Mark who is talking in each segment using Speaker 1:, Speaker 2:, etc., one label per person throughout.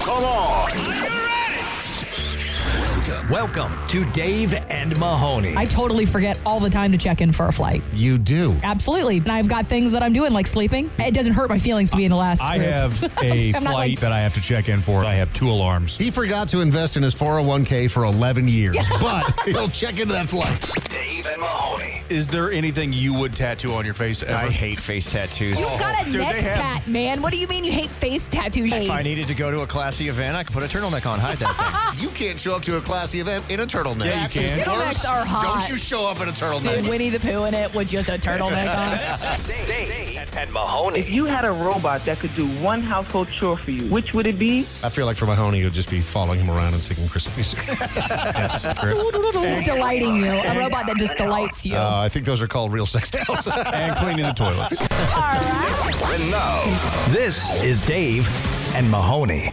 Speaker 1: Come on. Welcome to Dave and Mahoney.
Speaker 2: I totally forget all the time to check in for a flight.
Speaker 3: You do.
Speaker 2: Absolutely. And I've got things that I'm doing, like sleeping. It doesn't hurt my feelings to be in the last.
Speaker 4: I
Speaker 2: group.
Speaker 4: have a
Speaker 2: I'm not
Speaker 4: flight
Speaker 2: like-
Speaker 4: that I have to check in for. I have two alarms.
Speaker 3: He forgot to invest in his 401k for 11 years, but he'll check into that flight.
Speaker 1: Dave and Mahoney.
Speaker 4: Is there anything you would tattoo on your face ever?
Speaker 5: I hate face tattoos.
Speaker 2: You've got a
Speaker 4: Oh, dude,
Speaker 2: neck
Speaker 4: they have-
Speaker 2: tat, man. What do you mean you hate face tattoos?
Speaker 5: If I needed to go to a classy event, I could put a turtleneck on, hide that
Speaker 3: You can't show up to a classy event in a turtleneck.
Speaker 4: Yeah, you
Speaker 3: That is
Speaker 4: can.
Speaker 3: worse.
Speaker 2: Turtlenecks are hot.
Speaker 3: Don't you show up in a turtleneck.
Speaker 2: Winnie the Pooh in it with just a turtleneck on.
Speaker 1: Dave, Dave and Mahoney.
Speaker 6: you had a robot that could do one household chore for you, which would it be?
Speaker 3: I feel like for Mahoney, you'll just be following him around and singing Christmas music.
Speaker 2: He's delighting you. A robot that just delights you.
Speaker 3: Uh, I think those are called real sex tales.
Speaker 4: and cleaning the toilets.
Speaker 1: And now, this is Dave and Mahoney.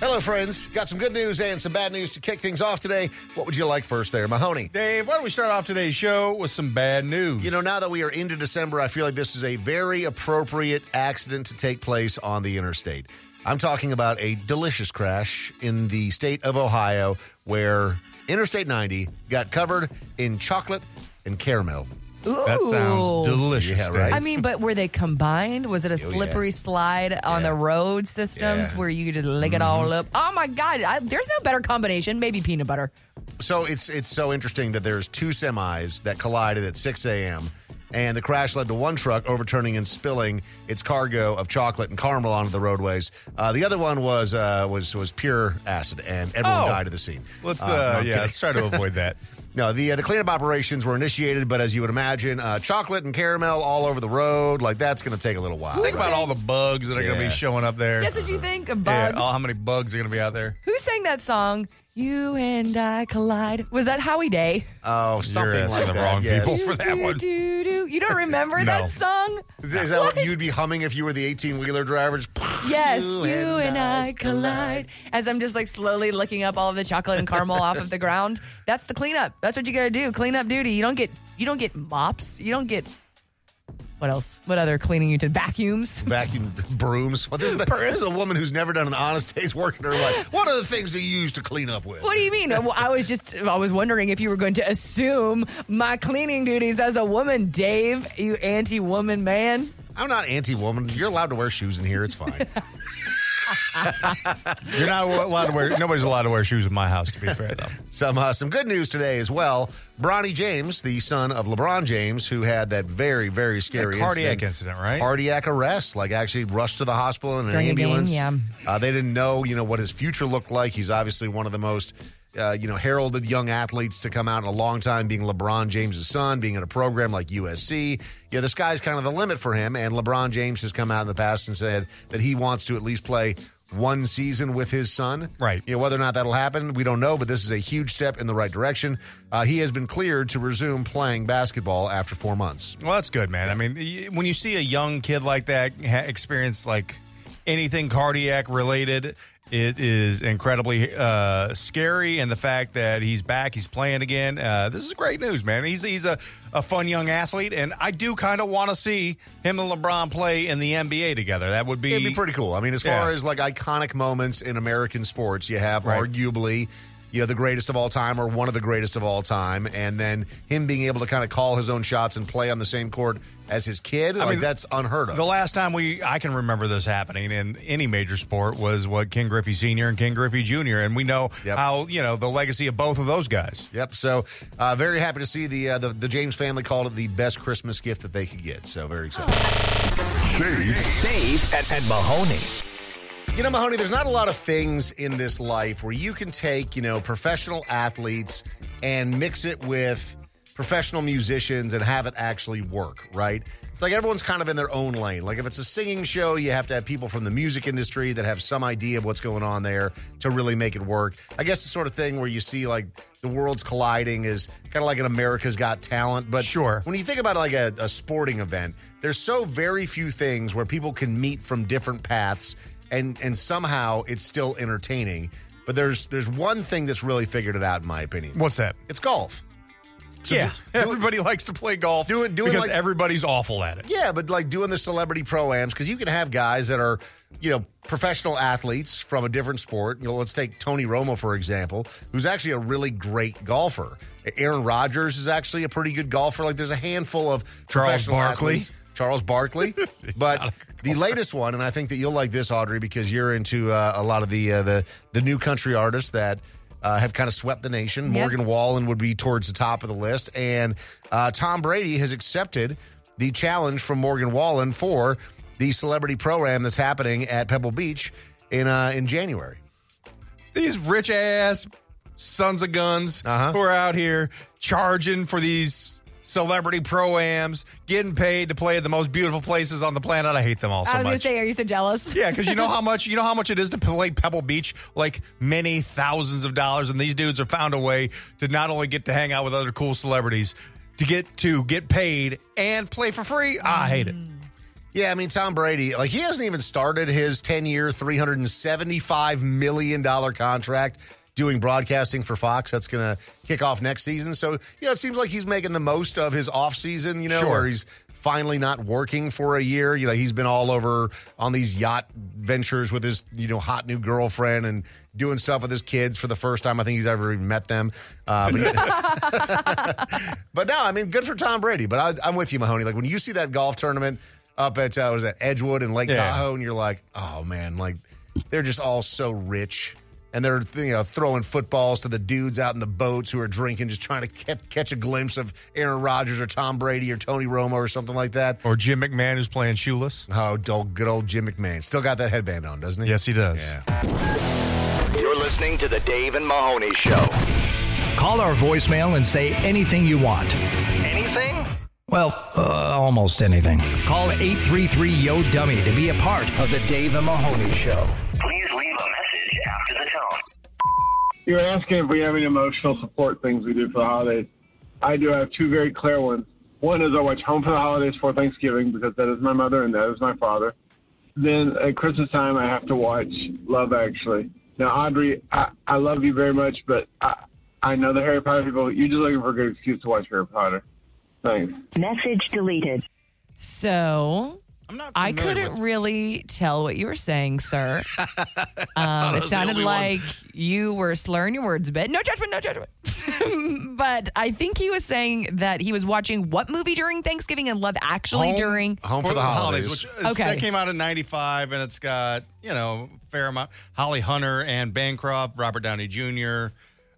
Speaker 3: Hello, friends. Got some good news and some bad news to kick things off today. What would you like first there, Mahoney?
Speaker 4: Dave, why don't we start off today's show with some bad news?
Speaker 3: You know, now that we are into December, I feel like this is a very appropriate accident to take place on the interstate. I'm talking about a delicious crash in the state of Ohio where Interstate 90 got covered in chocolate and caramel.
Speaker 4: that sounds delicious.
Speaker 3: Yeah, right.
Speaker 4: Dave.
Speaker 7: I mean, but were they combined? Was
Speaker 4: Oh,
Speaker 7: it a slippery slide on the road systems
Speaker 3: Yeah.
Speaker 7: where you just lick it
Speaker 4: Mm-hmm.
Speaker 7: all up? Oh my God, I, there's no better combination. Maybe peanut butter.
Speaker 3: So it's it's so interesting that there's two semis that collided at 6 a.m. and the crash led to one truck overturning and spilling its cargo of chocolate and caramel onto the roadways. Uh, the other one was uh, was was pure acid, and everyone
Speaker 4: Oh.
Speaker 3: died at the scene.
Speaker 4: let's
Speaker 5: Oh,
Speaker 3: Uh,
Speaker 4: uh,
Speaker 3: no, I'm
Speaker 4: yeah,
Speaker 3: kidding.
Speaker 4: let's try to avoid that.
Speaker 3: No, the uh, the cleanup operations were initiated, but as you would imagine, uh, chocolate and caramel all over the road, like that's going to take a little while.
Speaker 4: Think about all the bugs that are going to
Speaker 3: Yeah.
Speaker 4: be showing up there.
Speaker 7: That's what you think of
Speaker 4: Yeah,
Speaker 7: bugs.
Speaker 4: oh, how many bugs are going to be out there?
Speaker 7: Who sang that song? You and I collide. Was that Howie Day?
Speaker 3: oh, something
Speaker 4: asking
Speaker 3: like
Speaker 4: the
Speaker 3: Oh, that.
Speaker 4: wrong
Speaker 3: yes.
Speaker 4: people. For that
Speaker 7: Do,
Speaker 4: one.
Speaker 7: do, do. You don't remember
Speaker 4: No.
Speaker 7: that song?
Speaker 3: Is that what? you'd be humming if you were the eighteen wheeler driver? Just-
Speaker 7: Yes, you, and, I collide. As I'm just like slowly licking up all of the chocolate and caramel off of the ground. That's the cleanup. That's what you gotta do. Cleanup duty. You don't get you don't get mops. You don't get what else? What other cleaning you did? Vacuums.
Speaker 3: vacuum brooms. Well, this, is the, this is a woman who's never done an honest day's work in her life. What are the things to use to clean up with?
Speaker 7: What do you mean? Well, I was just I was wondering if you were going to assume my cleaning duties as a woman, Dave. You anti woman man.
Speaker 3: I'm not anti-woman. You're allowed to wear shoes in here. It's fine.
Speaker 4: You're not allowed to wear. Nobody's allowed to wear shoes in my house. To be fair, though.
Speaker 3: some uh, some good news today as well. Bronny James, the son of LeBron James, who had that very very scary
Speaker 4: cardiac incident, right?
Speaker 3: Cardiac arrest, like actually rushed to the hospital in an
Speaker 7: During a game,
Speaker 3: ambulance.
Speaker 7: yeah.
Speaker 3: uh, they didn't know you know what his future looked like. He's obviously one of the most. Uh, you know, heralded young athletes to come out in a long time, being LeBron James' son, being at a program like USC. Yeah, the sky's kind of the limit for him. And LeBron James has come out in the past and said that he wants to at least play one season with his son.
Speaker 4: Right.
Speaker 3: You know, whether or not that'll happen, we don't know, but this is a huge step in the right direction. Uh, he has been cleared to resume playing basketball after four months.
Speaker 4: Well, that's good, man. I mean, y- when you see a young kid like that ha- experience like anything cardiac related, it is incredibly uh, scary. And the fact that he's back, he's playing again, uh, this is great news, man. He's he's a, a fun young athlete, and I do kind of want to see him and LeBron play in the NBA together. That would be,
Speaker 3: It'd be pretty cool. I mean, as far
Speaker 4: Yeah.
Speaker 3: as like iconic moments in American sports, you have
Speaker 4: Right.
Speaker 3: arguably, you know, the greatest of all time or one of the greatest of all time, and then him being able to kind of call his own shots and play on the same court as his kid. like
Speaker 4: mean,
Speaker 3: that's unheard of.
Speaker 4: The last time we I can remember this happening in any major sport was what Ken Griffey Senior and Ken Griffey Junior, and we know
Speaker 3: Yep.
Speaker 4: how you know the legacy of both of those guys.
Speaker 3: Yep. So, uh, very happy to see the, uh, the the James family called it the best Christmas gift that they could get. So very excited.
Speaker 1: Dave and, and Mahoney.
Speaker 3: You know, Mahoney, there's not a lot of things in this life where you can take, you know, professional athletes and mix it with professional musicians and have it actually work, right? It's like everyone's kind of in their own lane. Like if it's a singing show, you have to have people from the music industry that have some idea of what's going on there to really make it work. I guess the sort of thing where you see like the world's colliding is kind of like an America's Got Talent, but
Speaker 4: Sure.
Speaker 3: when you think about like a, a sporting event, there's so very few things where people can meet from different paths and and somehow it's still entertaining. But there's there's one thing that's really figured it out in my opinion.
Speaker 4: What's that?
Speaker 3: It's golf. So
Speaker 4: yeah,
Speaker 3: do- do-
Speaker 4: everybody likes to play golf
Speaker 3: Do it- do it
Speaker 4: because
Speaker 3: like-
Speaker 4: everybody's awful at it.
Speaker 3: Yeah, but like doing the celebrity proams because you can have guys that are, you know, professional athletes from a different sport. You know, let's take Tony Romo for example, who's actually a really great golfer. Aaron Rodgers is actually a pretty good golfer. Like there's a handful of
Speaker 4: Charles
Speaker 3: professional
Speaker 4: Barkley.
Speaker 3: athletes. Charles Barkley, but the latest one, and I think that you'll like this, Audrey, because you're into uh, a lot of the uh, the the new country artists that. Uh, have kind of swept the nation. Morgan Wallen would be towards the top of the list, and uh, Tom Brady has accepted the challenge from Morgan Wallen for the celebrity program that's happening at Pebble Beach in uh, in January.
Speaker 4: these rich ass sons of guns who are out here charging for these celebrity proams, getting paid to play at the most beautiful places on the planet. I hate them all so
Speaker 2: I was gonna
Speaker 4: much.
Speaker 2: say, are you so jealous?
Speaker 4: yeah, because you know how much you know how much it is to play Pebble Beach, like many thousands of dollars, and these dudes have found a way to not only get to hang out with other cool celebrities, to get to get paid and play for free. I hate it.
Speaker 3: Yeah, I mean Tom Brady, like he hasn't even started his 10-year, 375 million dollar contract doing broadcasting for Fox. That's going to kick off next season. So, you know, it seems like he's making the most of his offseason, you know,
Speaker 4: Sure.
Speaker 3: where he's finally not working for a year. You know, he's been all over on these yacht ventures with his, you know, hot new girlfriend and doing stuff with his kids for the first time I think he's ever even met them. Uh, but But no, I mean, good for Tom Brady. But I, I'm with you, Mahoney. Like when you see that golf tournament up at uh, was that Edgewood and Lake
Speaker 4: Yeah.
Speaker 3: Tahoe, and you're like, oh man, like they're just all so rich, and they're you know throwing footballs to the dudes out in the boats who are drinking, just trying to ke- catch a glimpse of Aaron Rodgers or Tom Brady or Tony Romo or something like that.
Speaker 4: Or Jim McMahon who's playing shoeless.
Speaker 3: Oh, dull, good old Jim McMahon still got that headband on, doesn't he?
Speaker 4: Yes, he does.
Speaker 3: Yeah.
Speaker 1: You're listening to the Dave and Mahoney Show.
Speaker 5: Call our voicemail and say anything you want.
Speaker 1: Anything?
Speaker 5: Well, uh, almost anything. Call 833 Yo Dummy to be a part of the Dave and Mahoney Show.
Speaker 1: Please leave a message after the tone.
Speaker 8: You're asking if we have any emotional support things we do for the holidays. I do have two very clear ones. One is I watch Home for the Holidays for Thanksgiving because that is my mother and that is my father. Then at Christmas time, I have to watch Love Actually. Now, Audrey, I, I love you very much, but I, I know the Harry Potter people. You're just looking for a good excuse to watch Harry Potter. Thanks.
Speaker 9: Message deleted.
Speaker 7: So
Speaker 4: I'm not
Speaker 7: I
Speaker 4: familiar
Speaker 7: couldn't
Speaker 4: with-
Speaker 7: really tell what you were saying, sir. um, it
Speaker 3: was the
Speaker 7: sounded
Speaker 3: only one.
Speaker 7: like you were slurring your words a bit. No judgment, no judgment. but I think he was saying that he was watching what movie during Thanksgiving and Love Actually
Speaker 3: Oh
Speaker 4: Home-
Speaker 7: during.
Speaker 3: Home for, the, holidays.
Speaker 4: which it's-
Speaker 7: Okay.
Speaker 4: that came out in '95, and it's got you know a fair amount. Holly Hunter and Bancroft, Robert Downey Jr.,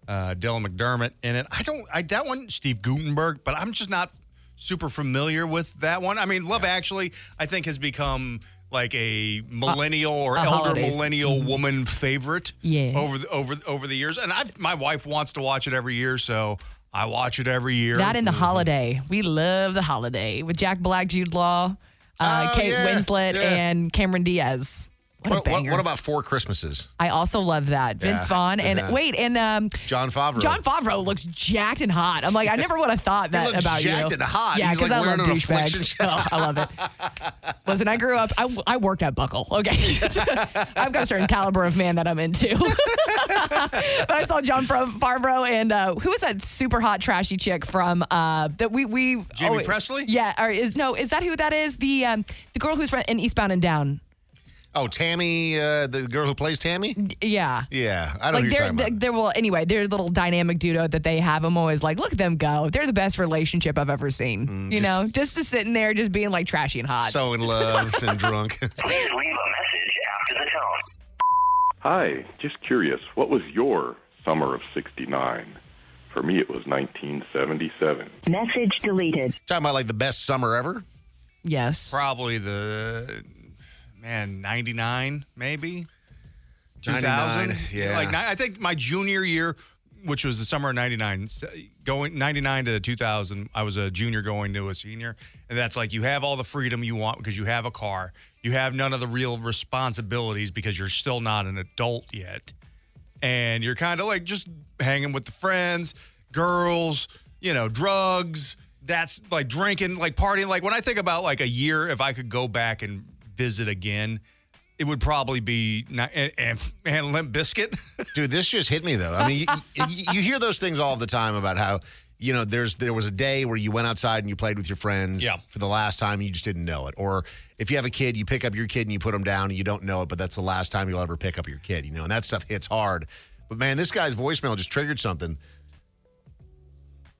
Speaker 4: uh, Dylan McDermott in it. I don't, I that one, Steve Gutenberg, but I'm just not super familiar with that one. I mean, Love Actually, I think has become like a millennial or
Speaker 7: a
Speaker 4: elder
Speaker 7: holidays. Mm-hmm.
Speaker 4: millennial woman favorite
Speaker 7: Yes.
Speaker 4: over the, over over the years, and I my wife wants to watch it every year, so I watch it every year.
Speaker 7: That
Speaker 3: Mm-hmm.
Speaker 7: in the holiday. We love the holiday with Jack Black, Jude Law, uh,
Speaker 3: Oh,
Speaker 7: Kate
Speaker 3: yeah,
Speaker 7: Winslet,
Speaker 3: yeah.
Speaker 7: and Cameron Diaz. What, a
Speaker 3: What, what,
Speaker 7: banger.
Speaker 3: what about Four Christmases?
Speaker 7: I also love that. Vince
Speaker 3: Yeah,
Speaker 7: Vaughn.
Speaker 3: good
Speaker 7: And
Speaker 3: man.
Speaker 7: wait, and um,
Speaker 3: John Favreau.
Speaker 7: John Favreau looks jacked and hot. I'm like, I never would have thought that
Speaker 3: looks
Speaker 7: about
Speaker 3: jacked
Speaker 7: you.
Speaker 3: and hot.
Speaker 7: Yeah,
Speaker 3: He's,
Speaker 7: because
Speaker 3: like,
Speaker 7: I love
Speaker 3: wearing an affliction
Speaker 7: douchebags. Oh, I love it. Listen, I grew up. I, I worked at Buckle. Okay, I've got a certain caliber of man that I'm into. but I saw John Fra- Favreau and uh, who was that super hot trashy chick from uh, that we we
Speaker 4: Jamie Presley?
Speaker 7: Yeah, or is no? Is that who that is? The um, the girl who's in Eastbound and Down.
Speaker 3: Oh, Tammy, uh, the girl who plays Tammy.
Speaker 7: Yeah.
Speaker 3: Yeah, I
Speaker 7: Like
Speaker 3: don't know who you're
Speaker 7: they're,
Speaker 3: talking about.
Speaker 7: they're, they're well anyway their little dynamic duo that they have I'm always like look at them go they're the best relationship I've ever seen you know just to sitting there just being like trashy and hot
Speaker 3: Mm, so in love and drunk.
Speaker 1: Please leave a message after the tone.
Speaker 10: Hi, just curious, what was your summer of 69? For me, it was 1977.
Speaker 9: Message deleted.
Speaker 3: Talking about like the best summer ever.
Speaker 7: yes
Speaker 4: probably the man 99 maybe
Speaker 3: 99,
Speaker 4: 2000
Speaker 3: yeah.
Speaker 4: like ni- i think my junior year which was the summer of 99 s- going 99 to 2000 i was a junior going to a senior and that's like you have all the freedom you want because you have a car you have none of the real responsibilities because you're still not an adult yet and you're kind of like just hanging with the friends girls you know drugs that's like drinking like partying like when i think about like a year if i could go back and visit again it would probably be not, and, and, and limp biscuit
Speaker 3: dude this just hit me though I mean, you, you, you hear those things all the time about how you know there's there was a day where you went outside and you played with your friends
Speaker 4: Yeah.
Speaker 3: for the last time and you just didn't know it. Or if you have a kid, you pick up your kid and you put him down and you don't know it, but that's the last time you'll ever pick up your kid. You know, and that stuff hits hard. But man, this guy's voicemail just triggered something.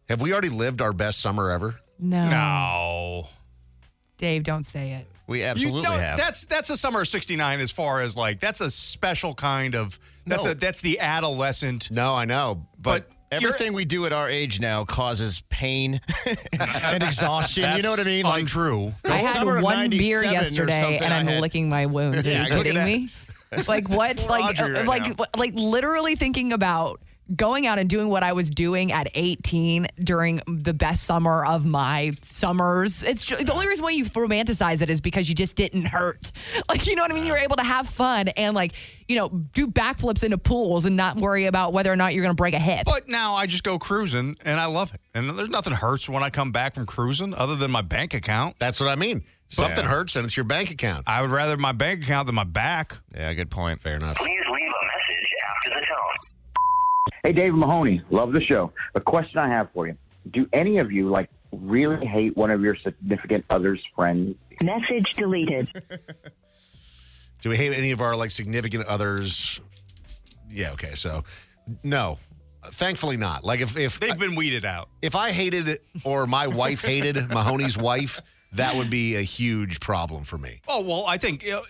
Speaker 3: Have we already lived our best summer ever?
Speaker 7: No.
Speaker 4: No.
Speaker 7: Dave, don't say it.
Speaker 3: We
Speaker 4: You don't- That's that's a summer of '69 as far as like that's a special kind of that's
Speaker 11: No.
Speaker 4: a that's the adolescent.
Speaker 3: No, I know,
Speaker 4: but,
Speaker 11: Everything we do at our age now causes pain and exhaustion. you know what I mean?
Speaker 4: Like, untrue.
Speaker 11: The
Speaker 7: I had
Speaker 11: summer of
Speaker 7: one beer
Speaker 11: 97 or
Speaker 7: yesterday
Speaker 11: something
Speaker 7: and
Speaker 11: I
Speaker 7: I'm
Speaker 11: had-
Speaker 7: licking my wounds. Are
Speaker 11: Yeah,
Speaker 7: you
Speaker 11: look at
Speaker 7: kidding
Speaker 11: that.
Speaker 7: me? Like what?
Speaker 11: Poor
Speaker 7: like
Speaker 11: Audrey right
Speaker 7: like
Speaker 11: now.
Speaker 7: what- like literally thinking about going out and doing what I was doing at 18 during the best summer of my summers. It's ju- the only reason why you romanticize it is because you just didn't hurt. Like you know what I mean? You were able to have fun and like, you know, do backflips into pools and not worry about whether or not you're going to break a hip.
Speaker 4: But now I just go cruising and I love it. And there's nothing hurts when I come back from cruising other than my bank account.
Speaker 3: That's what I mean. Something hurts and it's your bank account.
Speaker 4: I would rather my bank account than my back.
Speaker 11: Yeah, good point.
Speaker 3: Fair enough.
Speaker 12: Please leave a message after the tone.
Speaker 13: Hey, Dave Mahoney, love the show. A question I have for you: Do any of you like really hate one of your significant other's friends?
Speaker 9: Message deleted.
Speaker 3: Do we hate any of our like significant others? Yeah, okay. So no. Thankfully not. Like if if
Speaker 4: They've been weeded out.
Speaker 3: If I hated or my wife hated Mahoney's wife, that would be a huge problem for me.
Speaker 4: Oh well, I think uh, uh,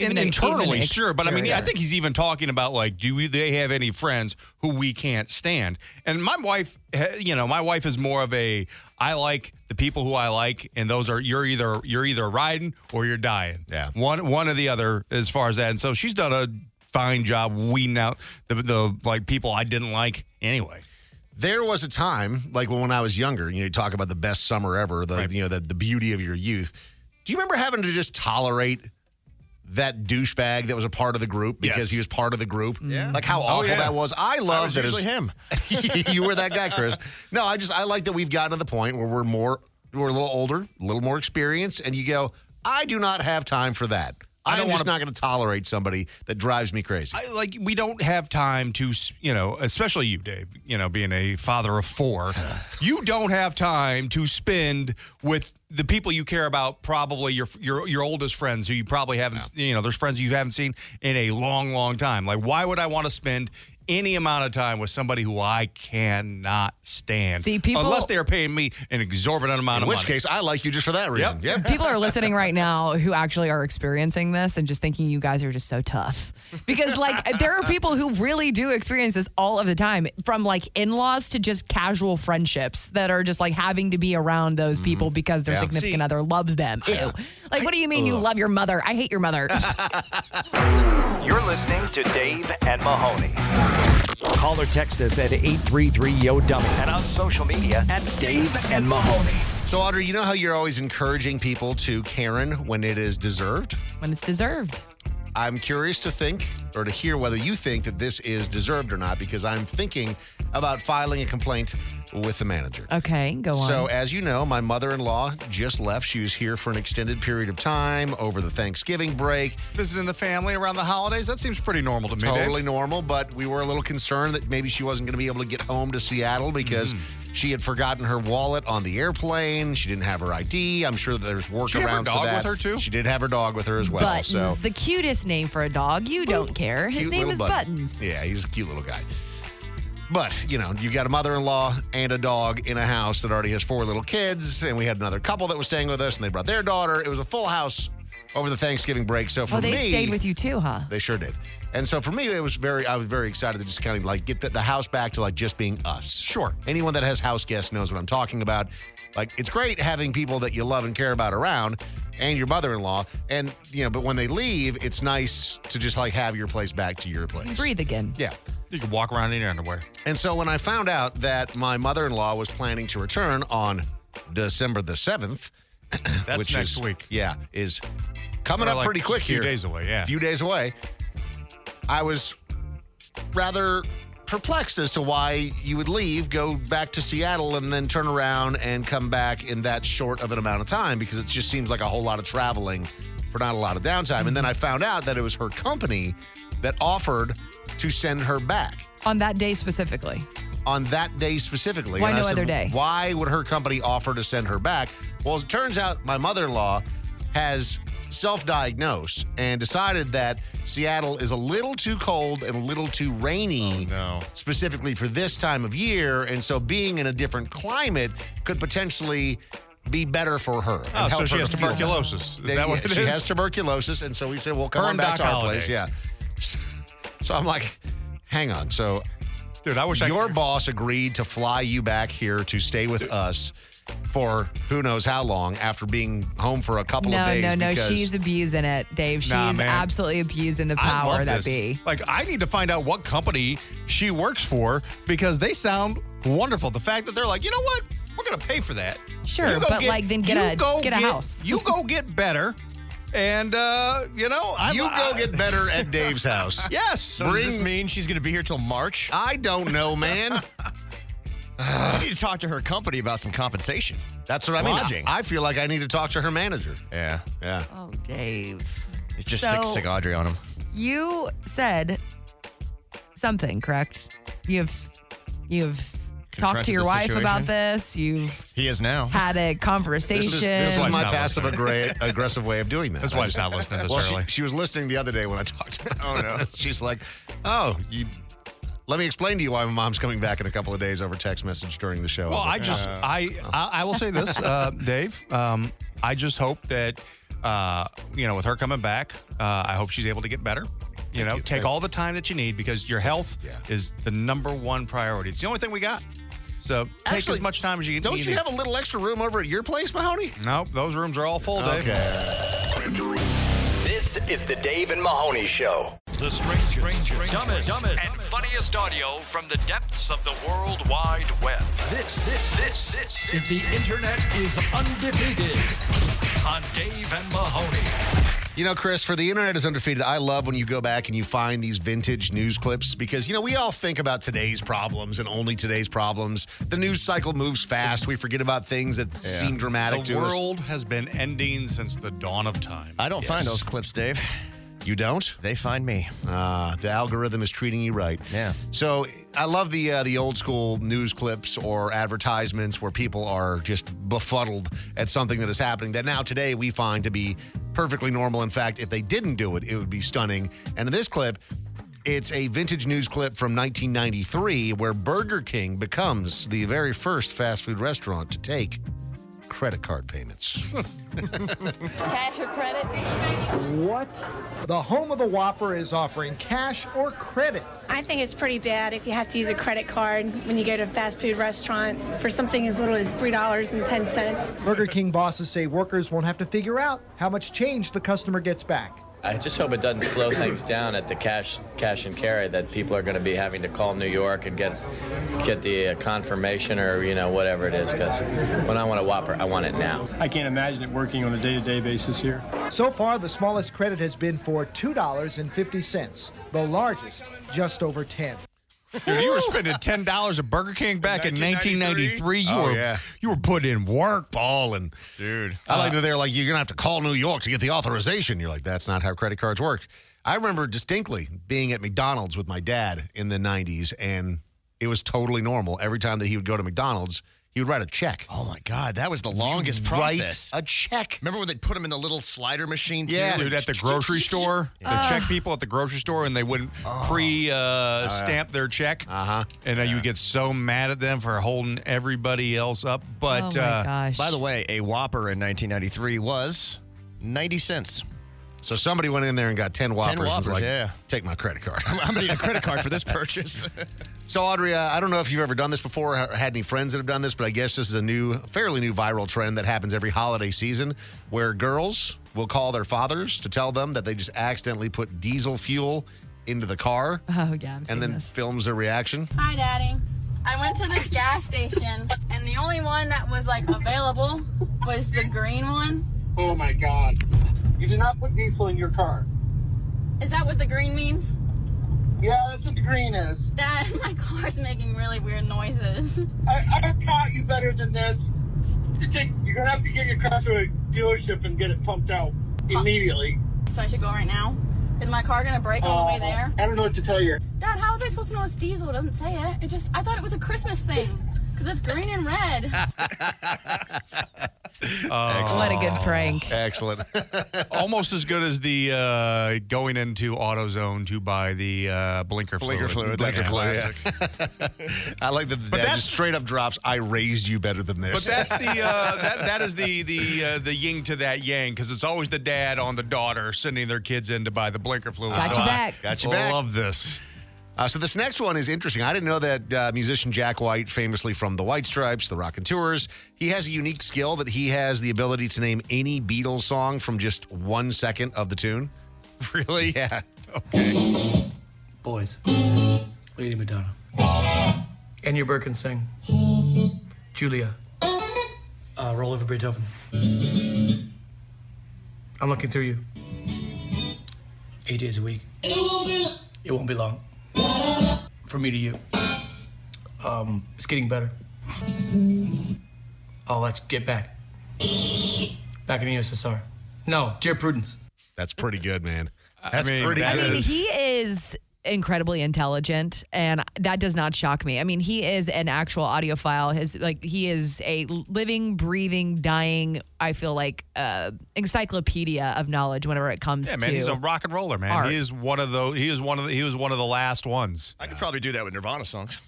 Speaker 3: Even
Speaker 4: and
Speaker 3: an-
Speaker 4: internally,
Speaker 3: even an
Speaker 4: sure, but I mean, yeah, I
Speaker 3: exterior.
Speaker 4: think he's even talking about like, do we, they have any friends who we can't stand? And my wife, eh, you know, my wife is more of a I like the people who I like, and those are you're either you're either riding or you're dying. Yeah, one one or the other as far as that. And so she's done a fine job weeding out the the like people I didn't like anyway.
Speaker 3: There was a time, like when I was younger, you know, you talk about the best summer ever, the you know, the, the beauty of your youth. Do you remember having to just tolerate that douchebag that was a part of the group because
Speaker 4: Yes.
Speaker 3: he was part of the group?
Speaker 4: Yeah.
Speaker 3: Like how
Speaker 4: Oh,
Speaker 3: awful
Speaker 4: yeah.
Speaker 3: that was. I
Speaker 4: I
Speaker 3: love
Speaker 4: was
Speaker 3: that
Speaker 4: usually him.
Speaker 3: you were that guy, Chris. No, I just I like that we've gotten to the point where we're more we're a little older, a little more experienced, and you go, I do not have time for that. I, am just not going to tolerate somebody that drives me crazy.
Speaker 4: I, like we don't have time to s- you know especially you dave you know being a father of four you don't have time to spend with the people you care about probably your your, your oldest friends who you probably haven't s- you know there's friends you haven't seen in a long long time like why would i want to spend any amount of time with somebody who I cannot stand.
Speaker 7: See, people-
Speaker 4: unless they are paying me an exorbitant amount of
Speaker 3: which
Speaker 4: money.
Speaker 3: case, I like you just for that reason. Yeah.
Speaker 7: people are listening right now who actually are experiencing this and just thinking you guys are just so tough because like there are people who really do experience this all of the time from like in-laws to just casual friendships that are just like having to be around those people because their
Speaker 4: Yeah.
Speaker 7: significant
Speaker 4: See-
Speaker 7: other loves them Ew. like what do you mean you
Speaker 1: Ugh.
Speaker 7: love your mother i hate your mother
Speaker 1: You're listening to Dave and Mahoney.
Speaker 5: Call or text us at 833 Yo Dummy.
Speaker 1: And on social media at Dave and Mahoney.
Speaker 3: So, Audrey, you know how you're always encouraging people to Karen when it is deserved?
Speaker 7: When it's deserved.
Speaker 3: I'm curious to think or to hear whether you think that this is deserved or not because I'm thinking about filing a complaint with the manager.
Speaker 4: Um,
Speaker 7: okay go on
Speaker 3: So, as you know, my mother in law just left. She was here for an extended period of time over the Thanksgiving break.
Speaker 4: This is in the family around the holidays. That seems pretty normal to me. Dave.
Speaker 3: Totally normal, but we were a little concerned that maybe she wasn't going to be able to get home to Seattle because
Speaker 4: Mm-hmm.
Speaker 3: she had forgotten her wallet on the airplane. She didn't have her ID. I'm sure that there's workarounds
Speaker 4: She have her dog
Speaker 3: to that.
Speaker 4: with her, too?
Speaker 3: She did have her dog with her as well.
Speaker 7: buttons
Speaker 3: so
Speaker 7: the cutest name for a dog you don't care his
Speaker 3: Cute
Speaker 7: name
Speaker 3: little
Speaker 7: is
Speaker 3: Button.
Speaker 7: buttons
Speaker 3: Yeah, he's a cute little guy. But, you know, you got a mother in law and a dog in a house that already has four little kids, and we had another couple that was staying with us, and they brought their daughter. It was a full house over the Thanksgiving break. So for
Speaker 7: oh they
Speaker 3: me,
Speaker 7: stayed with you too huh
Speaker 3: they sure did. And so for me, it was very, I was very excited to just kind of like get the, the house back to like just being us. Sure. Anyone that has house guests knows what I'm talking about. Like, it's great having people that you love and care about around and your mother in law. And, you know, but when they leave, it's nice to just like have your place back to your place.
Speaker 7: breathe again
Speaker 3: Yeah.
Speaker 4: You can walk around in your underwear.
Speaker 3: And so when I found out that my mother in law was planning to return on December the 7th,
Speaker 4: That's
Speaker 3: which
Speaker 4: next
Speaker 3: is,
Speaker 4: week.
Speaker 3: Yeah, is coming
Speaker 4: Or
Speaker 3: up
Speaker 4: like
Speaker 3: pretty quick
Speaker 4: a few
Speaker 3: here.
Speaker 4: days away, yeah.
Speaker 3: A few days away. I was rather perplexed as to why you would leave, go back to Seattle, and then turn around and come back in that short of an amount of time because it just seems like a whole lot of traveling for not a lot of downtime. And then I found out that it was her company that offered to send her back
Speaker 7: on that day specifically.
Speaker 3: on that day specifically.
Speaker 7: Why
Speaker 3: And I
Speaker 7: no
Speaker 3: said,
Speaker 7: other day?
Speaker 3: Why would her company offer to send her back? Well, as it turns out, my mother in law has self diagnosed and decided that Seattle is a little too cold and a little too
Speaker 4: Oh,
Speaker 3: rainy specifically for this time of year. And so being in a different climate could potentially be better for her. and
Speaker 4: Oh, so
Speaker 3: help
Speaker 4: she
Speaker 3: her
Speaker 4: has
Speaker 3: to feel better.
Speaker 4: tuberculosis. Is that what it
Speaker 3: she
Speaker 4: is?
Speaker 3: has tuberculosis. And so we said, well, come
Speaker 4: Her
Speaker 3: on
Speaker 4: and
Speaker 3: back
Speaker 4: Doc
Speaker 3: to our
Speaker 4: Holliday.
Speaker 3: place. Yeah. So I'm like, hang on. So,
Speaker 4: dude, I wish
Speaker 3: your boss agreed to fly you back here to stay with us for who knows how long after being home for a couple
Speaker 7: no,
Speaker 3: of days.
Speaker 7: no, no.
Speaker 3: because-
Speaker 7: She's abusing it, Dave. She
Speaker 4: Nah,
Speaker 7: is
Speaker 4: man.
Speaker 7: absolutely abusing the
Speaker 4: I
Speaker 7: power
Speaker 4: love
Speaker 7: that
Speaker 4: this.
Speaker 7: be.
Speaker 4: Like, I need to find out what company she works for because they sound wonderful. The fact that they're like, you know what, we're gonna pay for that.
Speaker 7: Sure,
Speaker 4: You go
Speaker 7: but, like, then get
Speaker 4: you
Speaker 7: a-
Speaker 4: go
Speaker 7: get a house.
Speaker 4: You go get better, and uh, you know, I,
Speaker 3: you go get better at Dave's house.
Speaker 4: Yes.
Speaker 11: So does this mean she's going to be here till March?
Speaker 3: I don't know, man.
Speaker 11: I need to talk to her company about some compensation.
Speaker 3: That's what I mean.
Speaker 11: Lodging.
Speaker 3: I feel like I need to talk to her manager.
Speaker 11: yeah.
Speaker 3: Yeah.
Speaker 7: Oh, Dave.
Speaker 11: It's just
Speaker 7: So-
Speaker 11: sick, sick Audrey on him.
Speaker 7: You said something, correct? You've you've talked to
Speaker 11: Confronted
Speaker 7: your
Speaker 11: the
Speaker 7: wife
Speaker 11: situation?
Speaker 7: about this. You've
Speaker 11: He is now.
Speaker 7: had a conversation.
Speaker 3: This is, this is my
Speaker 11: not
Speaker 3: passive aggra- aggressive way of doing that.
Speaker 4: That's
Speaker 3: I
Speaker 4: why
Speaker 3: just-
Speaker 4: he's not listening this
Speaker 3: well, she-
Speaker 4: early.
Speaker 3: She, was listening the other day when I talked to her. Oh, no. She's like, oh, you. Let me explain to you why my mom's coming back in a couple of days over text message during the show.
Speaker 4: Well, I
Speaker 3: was like,
Speaker 4: just
Speaker 3: "Uh."
Speaker 4: I, I I will say this, uh, Dave. Um, I just hope that uh, you know with her coming back, uh, I hope she's able to get better. You know, take all the time that you need because your health is the number one priority. It's the only thing we got. So take
Speaker 3: Actually,
Speaker 4: as much time as you
Speaker 3: Don't
Speaker 4: you
Speaker 3: you have a little extra room over at your place, Mahoney?
Speaker 4: Nope, those rooms are all full, Dave.
Speaker 14: This is the Dave and Mahoney Show. The strangest, dumbest, dumbest, and funniest audio from the depths of the World Wide Web. This, this, this, this is the Internet is undefeated on Dave and Mahoney.
Speaker 3: You know, Chris, for the internet is undefeated. I love when you go back and you find these vintage news clips because, you know, we all think about today's problems and only today's problems. The news cycle moves fast. We forget about things that seem dramatic
Speaker 4: The
Speaker 3: to us.
Speaker 4: world has been ending since the dawn of time.
Speaker 11: I don't find
Speaker 3: Yes.
Speaker 11: those clips, Dave.
Speaker 3: You don't?
Speaker 11: They find me.
Speaker 3: Ah, the algorithm is treating you right. Yeah. So I love the uh, the old school news clips or advertisements where people are just befuddled at something that is happening that now today we find to be perfectly normal. In fact, if they didn't do it, it would be stunning. And in this clip, it's a vintage news clip from 1993 where Burger King becomes the very first fast food restaurant to take credit card payments.
Speaker 15: Cash or credit?
Speaker 16: What? The home of the Whopper is offering cash or credit.
Speaker 15: I think it's pretty bad if you have to use a credit card when you go to a fast food restaurant for something as little as $3.10.
Speaker 16: Burger King bosses say workers won't have to figure out how much change the customer gets back.
Speaker 17: I just hope it doesn't slow things down at the cash cash and carry that people are going to be having to call New York and get get the uh, confirmation or you know whatever it is because when I want a Whopper I want it now.
Speaker 18: I can't imagine it working on a day to day basis here.
Speaker 16: So far, the smallest credit has been for $2.50, the largest just over 10.
Speaker 4: Dude, you were spending ten dollars at Burger King back in 1993. You
Speaker 3: Oh,
Speaker 4: were
Speaker 3: yeah.
Speaker 4: you were put in work,
Speaker 3: balling,
Speaker 4: dude.
Speaker 3: I
Speaker 11: Uh,
Speaker 3: like that they're like, you're going to have to call New York to get the authorization. You're like, that's not how credit cards work. I remember distinctly being at McDonald's with my dad in the 90s, and it was totally normal. Every time that he would go to McDonald's, he would write a check.
Speaker 11: Oh my God, that was the longest
Speaker 3: write
Speaker 11: process.
Speaker 3: a check.
Speaker 11: Remember when they put him in the little slider machine?
Speaker 4: Yeah,
Speaker 11: too?
Speaker 4: dude, at the grocery store, the check people at the grocery store, and they wouldn't pre uh, stamp their check. Uh
Speaker 3: Uh-huh.
Speaker 4: huh. And uh, you get so mad at them for holding everybody else up.
Speaker 7: Oh,
Speaker 4: But uh,
Speaker 11: by the way, a Whopper in 1993 was 90 cents.
Speaker 3: So somebody went in there and got 10 Whoppers, and was
Speaker 11: Whoppers,
Speaker 3: like,
Speaker 11: yeah.
Speaker 3: take my credit card.
Speaker 11: I'm, I'm gonna need a credit card for this purchase.
Speaker 3: So, Audrey, uh, I don't know if you've ever done this before or had any friends that have done this, but I guess this is a new, fairly new viral trend that happens every holiday season where girls will call their fathers to tell them that they just accidentally put diesel fuel into the car
Speaker 7: Oh yeah, I'm
Speaker 3: and then films their reaction.
Speaker 19: Hi, Daddy. I went to the gas station, and the only one that was like available was the green one.
Speaker 20: Oh my god. You do not put diesel in your car.
Speaker 19: Is that what the green means?
Speaker 20: Yeah, that's what the green is.
Speaker 19: Dad, my car's making really weird noises.
Speaker 20: I, I've taught you better than this. You take, you're gonna have to get your car to a dealership and get it pumped out immediately.
Speaker 19: So I should go right now? Is my car gonna break all the way
Speaker 20: Uh,
Speaker 19: there?
Speaker 20: I don't know what to tell you.
Speaker 19: Dad, how was I supposed to know it's diesel? It doesn't say it. It just I thought it was a Christmas thing. Because it's green and red.
Speaker 7: What a good prank.
Speaker 3: Excellent.
Speaker 4: Almost as good as the uh, going into AutoZone to buy the uh, blinker fluid.
Speaker 3: Blinker fluid.
Speaker 4: That's
Speaker 3: Blinker fluid,
Speaker 4: classic.
Speaker 3: I like that the dad just straight up drops, I raised you better than
Speaker 4: But
Speaker 3: this.
Speaker 4: that's the uh, that that is the the uh, the yin to that yang because it's always the dad on the daughter sending their kids in to buy the blinker fluid.
Speaker 3: Got
Speaker 4: So I
Speaker 3: you back. Got you back.
Speaker 4: Love this.
Speaker 3: Uh, so this next one is interesting. I didn't know that uh, musician Jack White, famously from the White Stripes, the Rockin' Tours, he has a unique skill that he has the ability to name any Beatles song from just one second of the tune.
Speaker 4: Really?
Speaker 3: Yeah.
Speaker 21: Boys. Lady Madonna. Enya Birkinsing. Julia. Uh, roll over Beethoven. I'm looking through you. Eight days a week. It won't be long. From me to you. Um, it's getting better. Oh, let's get back. Back in the USSR. No, dear Prudence.
Speaker 3: That's pretty good, man.
Speaker 4: That's mean, pretty
Speaker 7: I mean, he is incredibly intelligent and that does not shock me. I mean, he is an actual audiophile. His like he is a living, breathing, dying, I feel like uh encyclopedia of knowledge whenever it comes
Speaker 4: Yeah,
Speaker 7: to
Speaker 4: man, he's a rock and roller man.
Speaker 7: Art.
Speaker 4: He is one of those. He is one of the. He was one of the last ones.
Speaker 22: I could probably do that with Nirvana songs.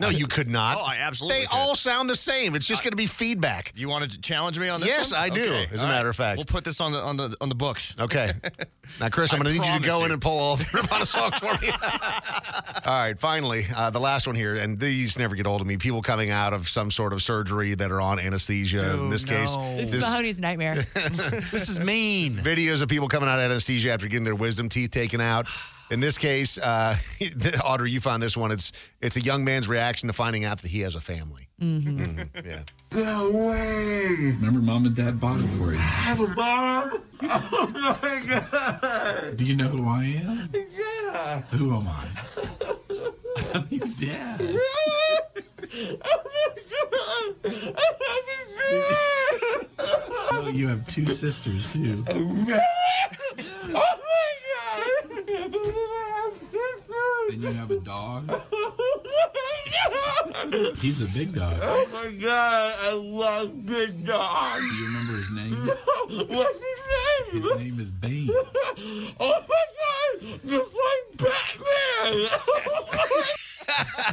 Speaker 3: No, you could not.
Speaker 22: Oh, I absolutely.
Speaker 3: They
Speaker 22: could.
Speaker 3: all sound the same. It's just going to be feedback.
Speaker 22: You want to challenge me on this?
Speaker 3: Yes,
Speaker 22: one?
Speaker 3: I do,
Speaker 22: Okay.
Speaker 3: as a
Speaker 22: All right.
Speaker 3: matter of fact.
Speaker 22: we'll put this on the on the on the books.
Speaker 3: Okay. Now, Chris, I'm
Speaker 22: I
Speaker 3: going to need you to
Speaker 22: promise
Speaker 3: go
Speaker 22: you.
Speaker 3: in and pull all the Nirvana songs for me. all right, finally, uh, the last one here, and these never get old to me. People coming out of some sort of surgery that are on anesthesia. in this case,
Speaker 7: This is Mahoney's nightmare.
Speaker 4: this is mean.
Speaker 3: Videos of people coming out of anesthesia after getting their wisdom teeth taken out. In this case, uh, Audrey, you found this one. It's it's a young man's reaction to finding out that he has a family. Mhm, yeah.
Speaker 23: No way. Remember, mom and dad bought it for you.
Speaker 24: I have a mom? Oh my god!
Speaker 23: Do you know who I am?
Speaker 24: Yeah!
Speaker 23: Who am I? I'm your
Speaker 24: Yeah.
Speaker 23: dad.
Speaker 24: oh my god! I
Speaker 23: Oh, you have two sisters too.
Speaker 24: have a dad! Oh my god! I can't believe I have sisters!
Speaker 23: And you have a dog.
Speaker 24: Oh my god!
Speaker 23: He's a big dog.
Speaker 24: Oh my god! I love big dogs!
Speaker 23: Do you remember his name?
Speaker 24: What's his name?
Speaker 23: His name is Bane.
Speaker 24: Oh my god! Just like Batman! Oh my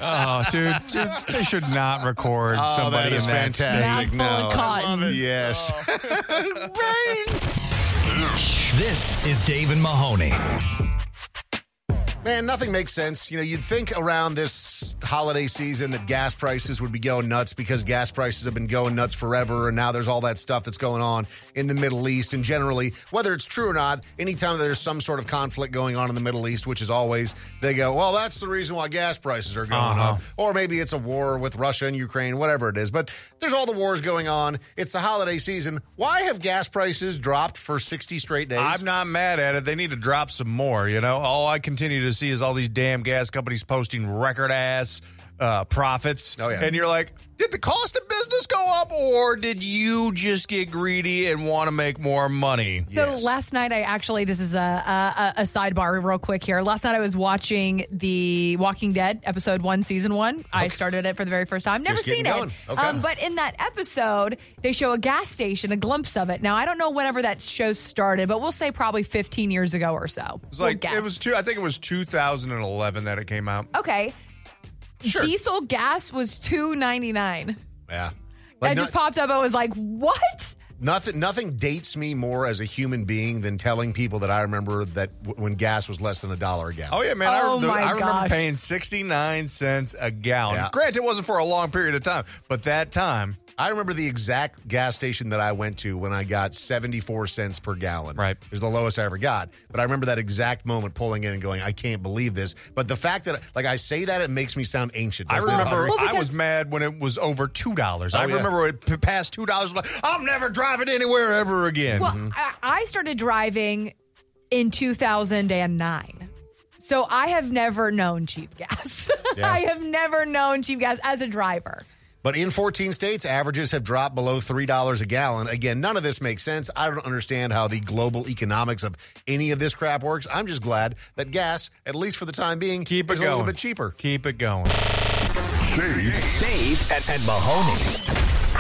Speaker 4: Oh, dude, dude, they should not record
Speaker 3: Oh,
Speaker 4: somebody
Speaker 3: that is
Speaker 4: in that
Speaker 3: fantastic.
Speaker 4: state.
Speaker 3: No. Yes. Oh.
Speaker 5: This is Dave and Mahoney.
Speaker 3: Man, nothing makes sense. You know, you'd think around this holiday season that gas prices would be going nuts because gas prices have been going nuts forever, and now there's all that stuff that's going on in the Middle East. And generally, whether it's true or not, anytime there's some sort of conflict going on in the Middle East, which is always, they go, well, that's the reason why gas prices are going
Speaker 4: Uh-huh.
Speaker 3: up. Or maybe it's a war with Russia and Ukraine, whatever it is. But there's all the wars going on. It's the holiday season. Why have gas prices dropped for 60 straight days?
Speaker 4: I'm not mad at it. They need to drop some more. You know, all I continue to see is all these damn gas companies posting record ass uh, profits. Oh, yeah. And you're like, did the cost of business go up, or did you just get greedy and want to make more money?
Speaker 7: So last night, I actually this is a, a a sidebar real quick here. Last night I was watching the Walking Dead episode one, season one. I started it for the very first time. Never
Speaker 25: Just
Speaker 7: seen
Speaker 25: getting
Speaker 7: it.
Speaker 25: going. Okay.
Speaker 7: Um, but in that episode, they show a gas station, a glimpse of it. Now I don't know whenever that show started, but we'll say probably 15 years ago or so.
Speaker 4: It was like it was two. I think it was 2011 that it came out.
Speaker 7: okay. Diesel gas was 2.99.
Speaker 3: yeah.
Speaker 7: that just popped up. I was like, what?
Speaker 3: Nothing, nothing dates me more as a human being than telling people that I remember that w- when gas was less than a dollar a gallon.
Speaker 4: Oh yeah, man!
Speaker 3: Oh,
Speaker 4: I, the,
Speaker 3: my
Speaker 4: I remember
Speaker 3: gosh.
Speaker 4: paying sixty nine cents a gallon.
Speaker 3: Yeah.
Speaker 4: Granted, it wasn't for a long period of time, but that time
Speaker 3: I remember the exact gas station that I went to when I got 74 cents per gallon. Right. It was the lowest I ever got. But I remember that exact moment pulling in and going, I can't believe this. But the fact that, like, I say that, it makes me sound ancient.
Speaker 4: I
Speaker 3: doesn't it?
Speaker 4: remember I was mad when it was over two dollars. I
Speaker 3: Oh, yeah.
Speaker 4: remember it p- past two dollars. Like, I'm never driving anywhere ever again.
Speaker 7: Well, I, I started driving in 2009. So I have never known cheap gas.
Speaker 3: Yeah.
Speaker 7: I have never known cheap gas as a driver.
Speaker 3: But in 14 states, averages have dropped below $3 a gallon. Again, none of this makes sense. I don't understand how the global economics of any of this crap works. I'm just glad that gas, at least for the time being, Keep
Speaker 4: it
Speaker 3: is a little
Speaker 4: going.
Speaker 3: bit cheaper.
Speaker 4: Keep it going.
Speaker 3: Dave,
Speaker 1: Dave and, and Mahoney.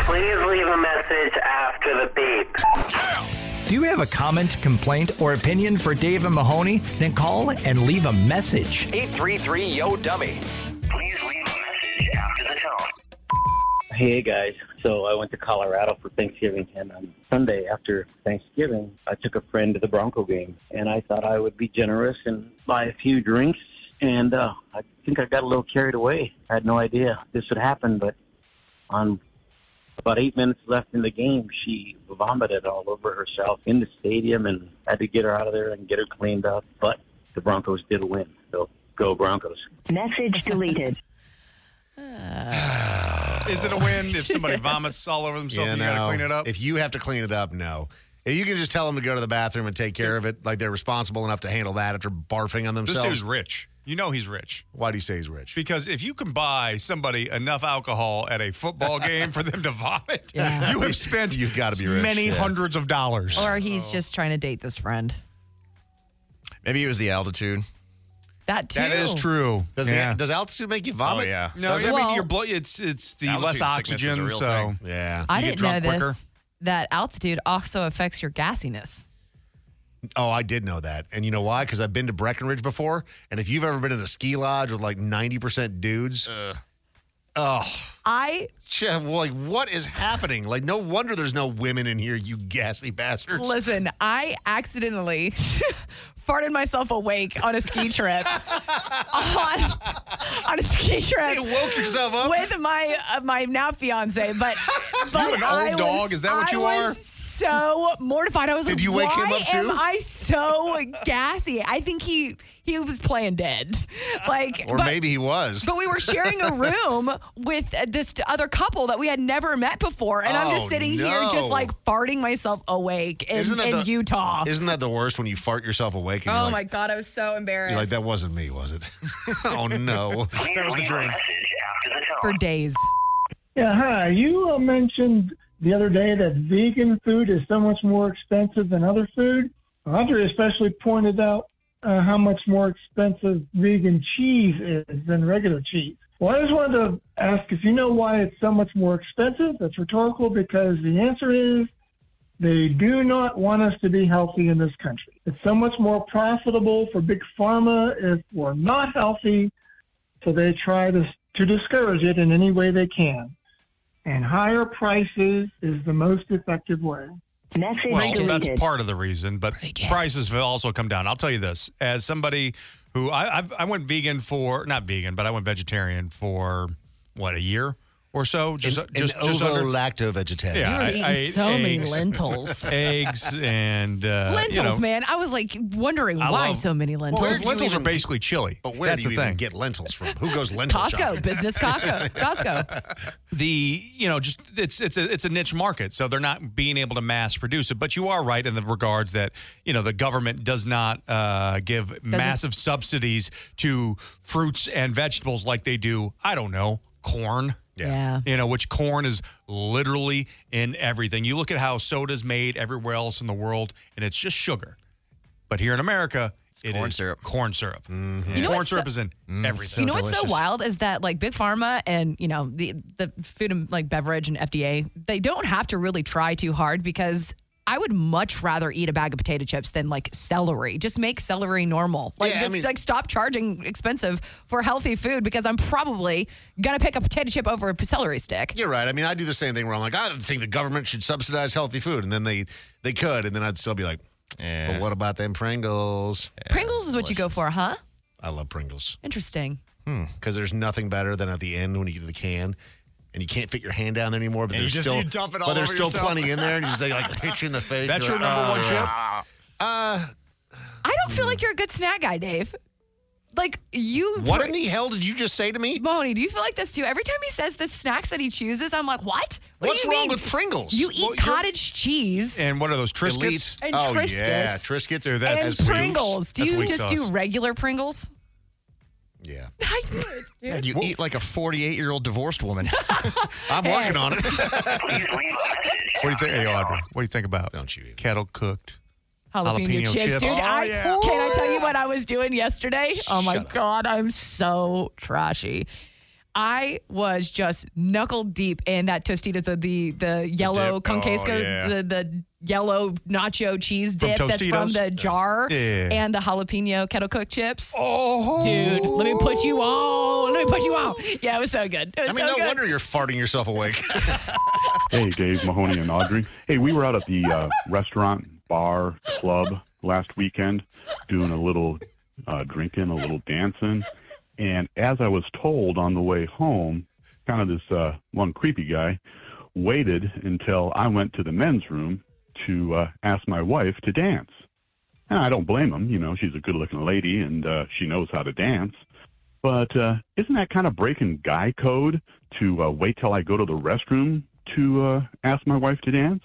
Speaker 12: Please leave a message after the beep.
Speaker 5: Do you have a comment, complaint, or opinion for Dave and Mahoney? Then call and leave a message.
Speaker 1: 833 Yo Dummy.
Speaker 26: Hey guys, so I went to Colorado for Thanksgiving, and on Sunday after Thanksgiving, I took a friend to the Bronco game, and I thought I would be generous and buy a few drinks, and uh, I think I got a little carried away. I had no idea this would happen, but on about eight minutes left in the game, she vomited all over herself in the stadium, and had to get her out of there and get her cleaned up. But the Broncos did win, so go Broncos.
Speaker 9: Message deleted.
Speaker 4: Is it a win if somebody vomits all over themselves and you got to
Speaker 3: no.
Speaker 4: clean it up?
Speaker 3: If you have to clean it up, no. If you can just tell them to go to the bathroom and take care of it, like they're responsible enough to handle that after barfing on
Speaker 4: This
Speaker 3: themselves.
Speaker 4: dude's rich. You know he's rich.
Speaker 3: Why do you say he's rich?
Speaker 4: Because if you can buy somebody enough alcohol at a football game for them to vomit, you have spent
Speaker 3: You've got to be rich.
Speaker 4: many
Speaker 3: Yeah.
Speaker 4: hundreds of dollars.
Speaker 7: Or he's
Speaker 4: Oh.
Speaker 7: just trying to date this friend.
Speaker 22: Maybe it was the altitude.
Speaker 7: That too.
Speaker 4: That is true.
Speaker 3: Does,
Speaker 4: Yeah.
Speaker 3: the, does altitude make you vomit?
Speaker 22: Oh, yeah.
Speaker 4: No,
Speaker 3: Does
Speaker 4: I
Speaker 3: it?
Speaker 4: mean your blood. It's it's the
Speaker 22: Altitude sickness
Speaker 4: less
Speaker 22: is a
Speaker 4: oxygen,
Speaker 22: real
Speaker 4: so
Speaker 22: thing.
Speaker 3: yeah.
Speaker 7: I
Speaker 4: you get
Speaker 7: didn't know
Speaker 4: drunk quicker.
Speaker 7: this. That altitude also affects your gassiness.
Speaker 3: Oh, I did know that. And you know why? Because I've been to Breckenridge before. And if you've ever been in a ski lodge with like 90% dudes,
Speaker 4: Uh.
Speaker 3: oh,
Speaker 7: I
Speaker 3: ch- like what is happening? Like, no wonder there's no women in here, you gassy bastards.
Speaker 7: Listen, I accidentally farted myself awake on a ski trip. on, on a ski trip.
Speaker 3: You woke yourself up?
Speaker 7: with my uh, my now fiance, but but
Speaker 4: an old
Speaker 7: I was,
Speaker 4: dog? Is that what
Speaker 7: I
Speaker 4: you
Speaker 7: was
Speaker 4: are?
Speaker 7: So mortified. I was.
Speaker 3: Did
Speaker 7: like,
Speaker 3: you wake him
Speaker 7: "Why
Speaker 3: up, too?"
Speaker 7: Am I so gassy? I think he he was playing dead. Like
Speaker 3: Or
Speaker 7: but-
Speaker 3: maybe he was.
Speaker 7: But we were sharing a room with uh, this other couple that we had never met before, and I'm
Speaker 3: Oh,
Speaker 7: just sitting here,
Speaker 3: no.
Speaker 7: just like farting myself awake in,
Speaker 3: Isn't that
Speaker 7: in
Speaker 3: the-
Speaker 7: Utah.
Speaker 3: Isn't that the worst when you fart yourself awake?
Speaker 7: oh
Speaker 3: And you're like,
Speaker 7: my god, I was so embarrassed
Speaker 3: You're like, that wasn't me, was it? oh, no. that was the dream.
Speaker 7: for days.
Speaker 2: Yeah, hi. You uh, mentioned the other day that vegan food is so much more expensive than other food. Audrey especially pointed out uh, how much more expensive vegan cheese is than regular cheese. Well, I just wanted to ask if you know why it's so much more expensive. That's rhetorical because the answer is they do not want us to be healthy in this country. It's so much more profitable for big pharma if we're not healthy, so they try to to discourage it in any way they can. And higher prices is the most effective way. Message
Speaker 4: Well, that's part of the reason, but prices have also come down. I'll tell you this: as somebody who I I've, I went vegan for not vegan, but I went vegetarian for what a year or so, just
Speaker 3: An- an
Speaker 4: just just under-
Speaker 3: ovo-lacto vegetarian.
Speaker 4: Yeah, I- I ate eggs- eggs, and uh,
Speaker 7: lentils,
Speaker 4: you know,
Speaker 7: man. I was like wondering
Speaker 4: I
Speaker 7: why
Speaker 4: love-
Speaker 7: so many
Speaker 4: Well,
Speaker 7: lentils.
Speaker 4: those lentils are basically chili.
Speaker 3: But where
Speaker 4: That's
Speaker 3: do you
Speaker 4: the
Speaker 3: even
Speaker 4: thing.
Speaker 3: get lentils from? Who goes lentil shopping?
Speaker 7: Costco, business Costco, Costco.
Speaker 4: the you know just it's it's a it's a niche market so they're not being able to mass produce it but you are right in the regards that you know the government does not uh, give massive subsidies to fruits and vegetables like they do i don't know corn
Speaker 7: Yeah.
Speaker 4: you know which corn is literally in everything you look at how soda's made everywhere else in the world and it's just sugar but here in america it's corn syrup Mm-hmm. Mm, corn syrup
Speaker 7: You know
Speaker 4: corn
Speaker 7: what's
Speaker 4: syrup
Speaker 7: so-
Speaker 4: is in
Speaker 7: you
Speaker 4: everything
Speaker 7: know what's so wild is that like big pharma and you know the the food and like beverage and FDA they don't have to really try too hard because I would much rather eat a bag of potato chips than like celery. Just make celery normal. Like
Speaker 3: Yeah, I
Speaker 7: just
Speaker 3: mean-
Speaker 7: like stop charging expensive for healthy food because I'm probably gonna pick a potato chip over a celery stick.
Speaker 3: You're right. I mean, I do the same thing where I'm like, I think the government should subsidize healthy food, and then they they could, and then I'd still be like, but what about them Pringles?
Speaker 7: Pringles is what you go for, huh?
Speaker 3: I love Pringles
Speaker 7: Interesting.
Speaker 3: because there's nothing better than at the end when you get to the can and you can't fit your hand down there anymore, but
Speaker 22: And you
Speaker 3: there's
Speaker 22: just-
Speaker 3: still
Speaker 22: you dump it all
Speaker 3: but there's
Speaker 22: over
Speaker 3: still
Speaker 22: yourself.
Speaker 3: plenty in there, and you just like, like hit you in the face.
Speaker 4: That's
Speaker 3: You're
Speaker 4: your
Speaker 3: like,
Speaker 4: number one
Speaker 3: "Oh,
Speaker 4: chip?
Speaker 3: yeah." Uh,
Speaker 7: I don't feel like you're a good snack guy, Dave. Like you.
Speaker 3: What in the hell did you just say to me,
Speaker 7: Boney? Do you feel like this too? Every time he says the snacks that he chooses, I'm like, what? what
Speaker 3: What's
Speaker 7: do you
Speaker 3: wrong
Speaker 7: mean?
Speaker 3: with Pringles?
Speaker 7: You eat
Speaker 3: Well, you're-
Speaker 7: cottage cheese.
Speaker 4: And what are those Triscuits?
Speaker 3: Elite.
Speaker 7: And
Speaker 3: oh
Speaker 7: Triscuits.
Speaker 3: yeah, Triscuits.
Speaker 4: Dude, that's
Speaker 7: and
Speaker 4: sweet.
Speaker 7: Pringles. Do
Speaker 4: That's
Speaker 7: you
Speaker 4: weak
Speaker 7: just
Speaker 4: sauce.
Speaker 7: do regular Pringles?
Speaker 3: Yeah.
Speaker 7: I would, dude.
Speaker 11: God, you eat like a 48 year old divorced woman.
Speaker 3: I'm working on it.
Speaker 4: What do you think, hey, Audrey? What do you think about? Don't
Speaker 3: you
Speaker 4: kettle cooked
Speaker 7: Jalapeno, chips, dude.
Speaker 4: Oh,
Speaker 7: I, Can I tell you what I was doing yesterday? Oh my god, I'm so trashy. I was just knuckle deep in that Tostitos, the the, the yellow
Speaker 4: dip.
Speaker 7: Concasco,
Speaker 4: Oh, yeah.
Speaker 7: the the yellow nacho cheese
Speaker 4: From
Speaker 7: dip that's from
Speaker 4: Tostitos?
Speaker 7: the jar,
Speaker 4: Yeah.
Speaker 7: and the jalapeno kettle cooked chips. Oh, dude, let me put you on. Let me put you on. Yeah, it was so good. It was
Speaker 3: I mean,
Speaker 7: so
Speaker 3: no
Speaker 7: good.
Speaker 3: wonder you're farting yourself awake.
Speaker 6: Hey, Dave Mahoney and Audrey. Hey, we were out at the uh, restaurant, bar, club last weekend doing a little uh, drinking, a little dancing. And as I was told on the way home, kind of this uh, one creepy guy waited until I went to the men's room to uh, ask my wife to dance. And I don't blame him. You know, she's a good looking lady and uh, she knows how to dance. But uh, isn't that kind of breaking guy code to uh, wait till I go to the restroom to uh, ask my wife to dance?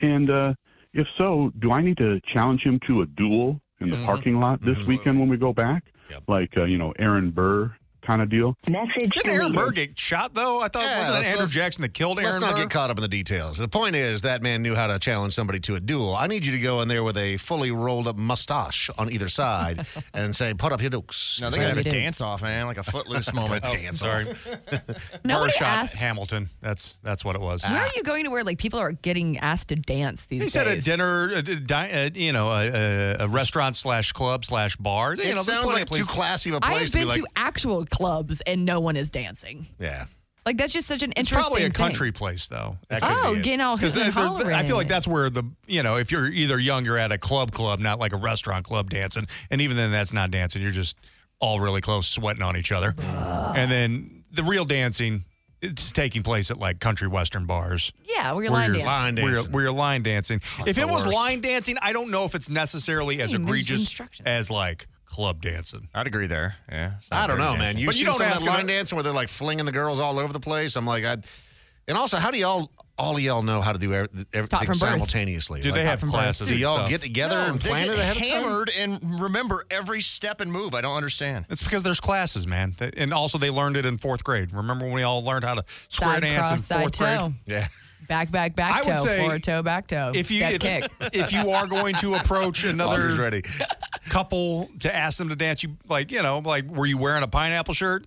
Speaker 6: And uh, if so, do I need to challenge him to a duel in the parking lot this weekend when we go back? Like, uh, you know, Aaron Burr kind of deal?
Speaker 9: Message
Speaker 4: Didn't Aaron Burr get shot though? I thought
Speaker 3: Yeah,
Speaker 4: wasn't it
Speaker 3: let's-
Speaker 4: Andrew
Speaker 3: let's-
Speaker 4: Jackson that killed Aaron
Speaker 3: Let's not
Speaker 4: Burr?
Speaker 3: get caught up in the details. The point is that man knew how to challenge somebody to a duel. I need you to go in there with a fully rolled up mustache on either side and say, "Put up your dukes."
Speaker 22: No, they
Speaker 3: Say
Speaker 22: got a
Speaker 3: it.
Speaker 22: dance off, man, like a footloose moment.
Speaker 3: Oh,
Speaker 22: dance
Speaker 3: sorry.
Speaker 22: off.
Speaker 4: Burr
Speaker 7: Nobody
Speaker 4: shot
Speaker 7: asks-
Speaker 4: Hamilton. That's that's what it was.
Speaker 7: Where are you going to where like people are getting asked to dance these
Speaker 4: He
Speaker 7: days?
Speaker 4: said a dinner, a, di- di- uh you know, a, a, a restaurant slash club slash bar. you
Speaker 3: It
Speaker 4: know, there's
Speaker 3: sounds
Speaker 4: plenty
Speaker 3: like
Speaker 4: of places-
Speaker 3: too classy of a
Speaker 7: I
Speaker 3: place
Speaker 7: have
Speaker 3: to be
Speaker 7: been
Speaker 3: like.
Speaker 7: to actual clubs and no one is dancing.
Speaker 3: yeah.
Speaker 7: Like that's just such an
Speaker 4: It's
Speaker 7: interesting.
Speaker 4: probably a
Speaker 7: thing.
Speaker 4: country place though. That could
Speaker 7: Oh,
Speaker 4: be it.
Speaker 7: getting all
Speaker 4: 'Cause
Speaker 7: hooting and
Speaker 4: they're- they're- I feel
Speaker 7: hollering.
Speaker 4: like that's where the you know, if you're either young, you're at a club club, not like a restaurant club dancing, and even then that's not dancing. You're just all really close, sweating on each other, and then the real dancing. It's taking place at like country western bars.
Speaker 7: Yeah, where you're
Speaker 4: Where
Speaker 7: line
Speaker 4: you're
Speaker 7: dancing.
Speaker 3: Line
Speaker 4: Where you're,
Speaker 3: dancing.
Speaker 4: where you're line dancing. if
Speaker 3: the
Speaker 4: it was
Speaker 3: worst.
Speaker 4: line dancing, I don't know if it's necessarily as
Speaker 7: Hey, there's
Speaker 4: egregious
Speaker 7: instructions.
Speaker 4: as like club dancing.
Speaker 22: I'd agree there. Yeah. it's not
Speaker 3: I don't
Speaker 22: very
Speaker 3: know, man.
Speaker 22: dancing.
Speaker 3: You
Speaker 4: But
Speaker 3: see
Speaker 4: you don't
Speaker 3: some of
Speaker 4: ask
Speaker 3: that line
Speaker 4: about-
Speaker 3: dancing where they're like flinging the girls all over the place. I'm like, I. And also, how do y'all all of y'all know how to do ev-
Speaker 7: Start
Speaker 3: everything
Speaker 7: from birth.
Speaker 3: simultaneously?
Speaker 4: Do
Speaker 3: Like,
Speaker 4: they have classes?
Speaker 3: Do
Speaker 4: and
Speaker 3: y'all
Speaker 4: stuff?
Speaker 3: get together
Speaker 22: No,
Speaker 3: and
Speaker 22: they
Speaker 3: plan
Speaker 22: get
Speaker 3: it ahead of time?
Speaker 22: hammered and remember every step and move. I don't understand.
Speaker 4: It's because there's classes, man, Th- and also they learned it in fourth grade. Remember when we all learned how to square
Speaker 7: Side
Speaker 4: dance
Speaker 7: cross,
Speaker 4: in
Speaker 7: side
Speaker 4: fourth grade?
Speaker 7: toe.
Speaker 3: Yeah.
Speaker 7: Back, back, back
Speaker 4: I would
Speaker 7: toe,
Speaker 4: say
Speaker 7: forward toe, back toe.
Speaker 4: If you
Speaker 7: Step
Speaker 4: if,
Speaker 7: kick.
Speaker 4: if you are going to approach
Speaker 3: Audrey's
Speaker 4: another
Speaker 3: ready.
Speaker 4: couple to ask them to dance, you like you know like were you wearing a pineapple shirt?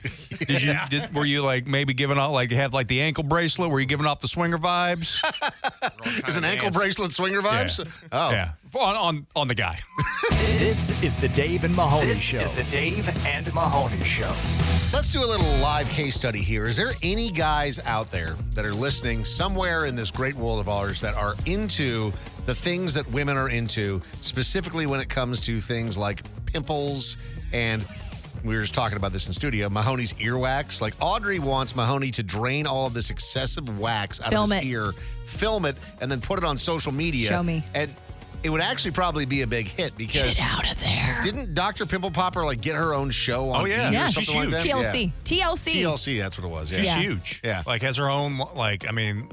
Speaker 4: Did you did, were you like maybe giving off like have like the ankle bracelet? Were you giving off the swinger vibes?
Speaker 3: Is an ankle bracelet swinger vibes? Oh,
Speaker 4: Yeah, on on, on the guy.
Speaker 5: This is the Dave and Mahoney
Speaker 22: This
Speaker 5: Show.
Speaker 22: is
Speaker 5: the Dave and Mahoney Show.
Speaker 3: Let's do a little live case study here. Is there any guys out there that are listening somewhere in this great world of ours that are into the things that women are into, specifically when it comes to things like pimples and we were just talking about this in studio, Mahoney's earwax. Like Audrey wants Mahoney to drain all of this excessive wax out
Speaker 7: Film
Speaker 3: of his
Speaker 7: it.
Speaker 3: ear, film it, and then put it on social media.
Speaker 7: Show me.
Speaker 3: And it would actually probably be a big hit because
Speaker 7: Get out of there.
Speaker 3: didn't Dr. Pimple Popper like get her own show on
Speaker 4: Oh, yeah.
Speaker 3: E! or
Speaker 4: Yes.
Speaker 3: something like that?
Speaker 7: TLC. TLC.
Speaker 3: Yeah. TLC, that's what it was. Yeah.
Speaker 4: She's
Speaker 7: Yeah.
Speaker 4: huge.
Speaker 3: Yeah.
Speaker 4: Like has her own like I mean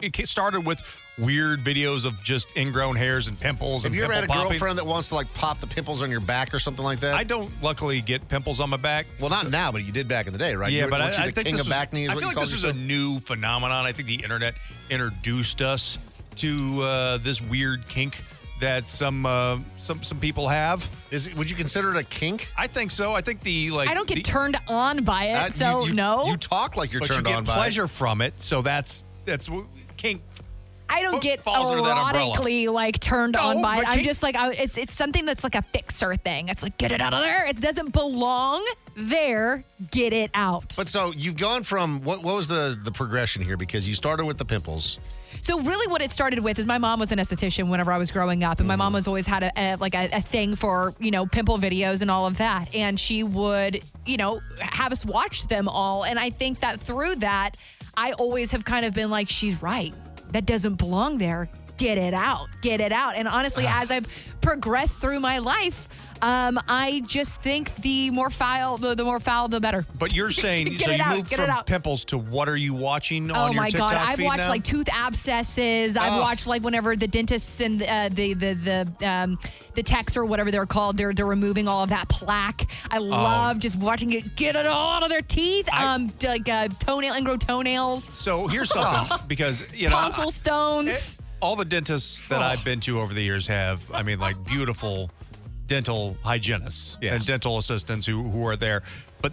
Speaker 4: it ca- started with weird videos of just ingrown hairs and pimples
Speaker 3: Have
Speaker 4: and
Speaker 3: you ever had a
Speaker 4: pimple poppings.
Speaker 3: girlfriend that wants to like pop the pimples on your back or something like that?
Speaker 4: I don't luckily get pimples on my back.
Speaker 3: well, not now, but you did back in the day, right?
Speaker 4: yeah,
Speaker 3: you,
Speaker 4: but I,
Speaker 3: weren't you
Speaker 4: I
Speaker 3: the
Speaker 4: think
Speaker 3: king
Speaker 4: this
Speaker 3: of back
Speaker 4: was,
Speaker 3: knee is
Speaker 4: I
Speaker 3: what
Speaker 4: feel like
Speaker 3: you called
Speaker 4: this is a
Speaker 3: yourself?
Speaker 4: new phenomenon. I think the internet introduced us to uh, this weird kink that some uh, some some people have.
Speaker 3: Is it- would you consider it a kink?
Speaker 4: I think so. I think the like
Speaker 7: I don't get
Speaker 4: the,
Speaker 7: turned on by it,
Speaker 3: Uh, you-
Speaker 7: Eh, so
Speaker 3: you,
Speaker 7: no.
Speaker 3: You talk like you're
Speaker 4: but
Speaker 3: turned
Speaker 4: you get
Speaker 3: on by it.
Speaker 4: pleasure from it. So that's that's what- kink.
Speaker 7: I don't get
Speaker 4: falls under that umbrella.
Speaker 7: erotically like turned
Speaker 4: No,
Speaker 7: on by it.
Speaker 4: but
Speaker 7: I'm
Speaker 4: can't-
Speaker 7: just like I, it's it's something that's like a fixer thing. It's like get it out of there. It doesn't belong there. Get it out.
Speaker 3: But so you've gone from what? What was the the progression here? Because you started with the pimples.
Speaker 7: So really, what it started with is my mom was an esthetician whenever I was growing up, and my mom was always had a, a like a, a thing for you know pimple videos and all of that, and she would you know have us watch them all, and I think that through that. I always have kind of been like, she's right. That doesn't belong there. Get it out. Get it out. And honestly, as I've progressed through my life, um, I just think the more foul, the, the more foul, the better.
Speaker 4: But you're saying
Speaker 7: Get
Speaker 4: so
Speaker 7: it
Speaker 4: you
Speaker 7: out,
Speaker 4: moved
Speaker 7: get it
Speaker 4: from
Speaker 7: out.
Speaker 4: pimples to what are you watching on
Speaker 7: oh
Speaker 4: your
Speaker 7: my
Speaker 4: TikTok
Speaker 7: god! I've
Speaker 4: feed
Speaker 7: watched
Speaker 4: now? Oh.
Speaker 7: like tooth abscesses. I've
Speaker 4: Ugh.
Speaker 7: watched like whenever the dentists and uh, the the the um, the techs or whatever they're called, they're they're removing all of that plaque.
Speaker 4: Oh.
Speaker 7: I love just watching it get it all out of their teeth. um, d- like uh, toenail and grow toenails.
Speaker 4: So here's something
Speaker 3: Oh.
Speaker 4: because you know
Speaker 7: tonsil stones.
Speaker 4: all the dentists that I've been to over the years have, I mean, like beautiful dental hygienists and dental assistants who, who are there. But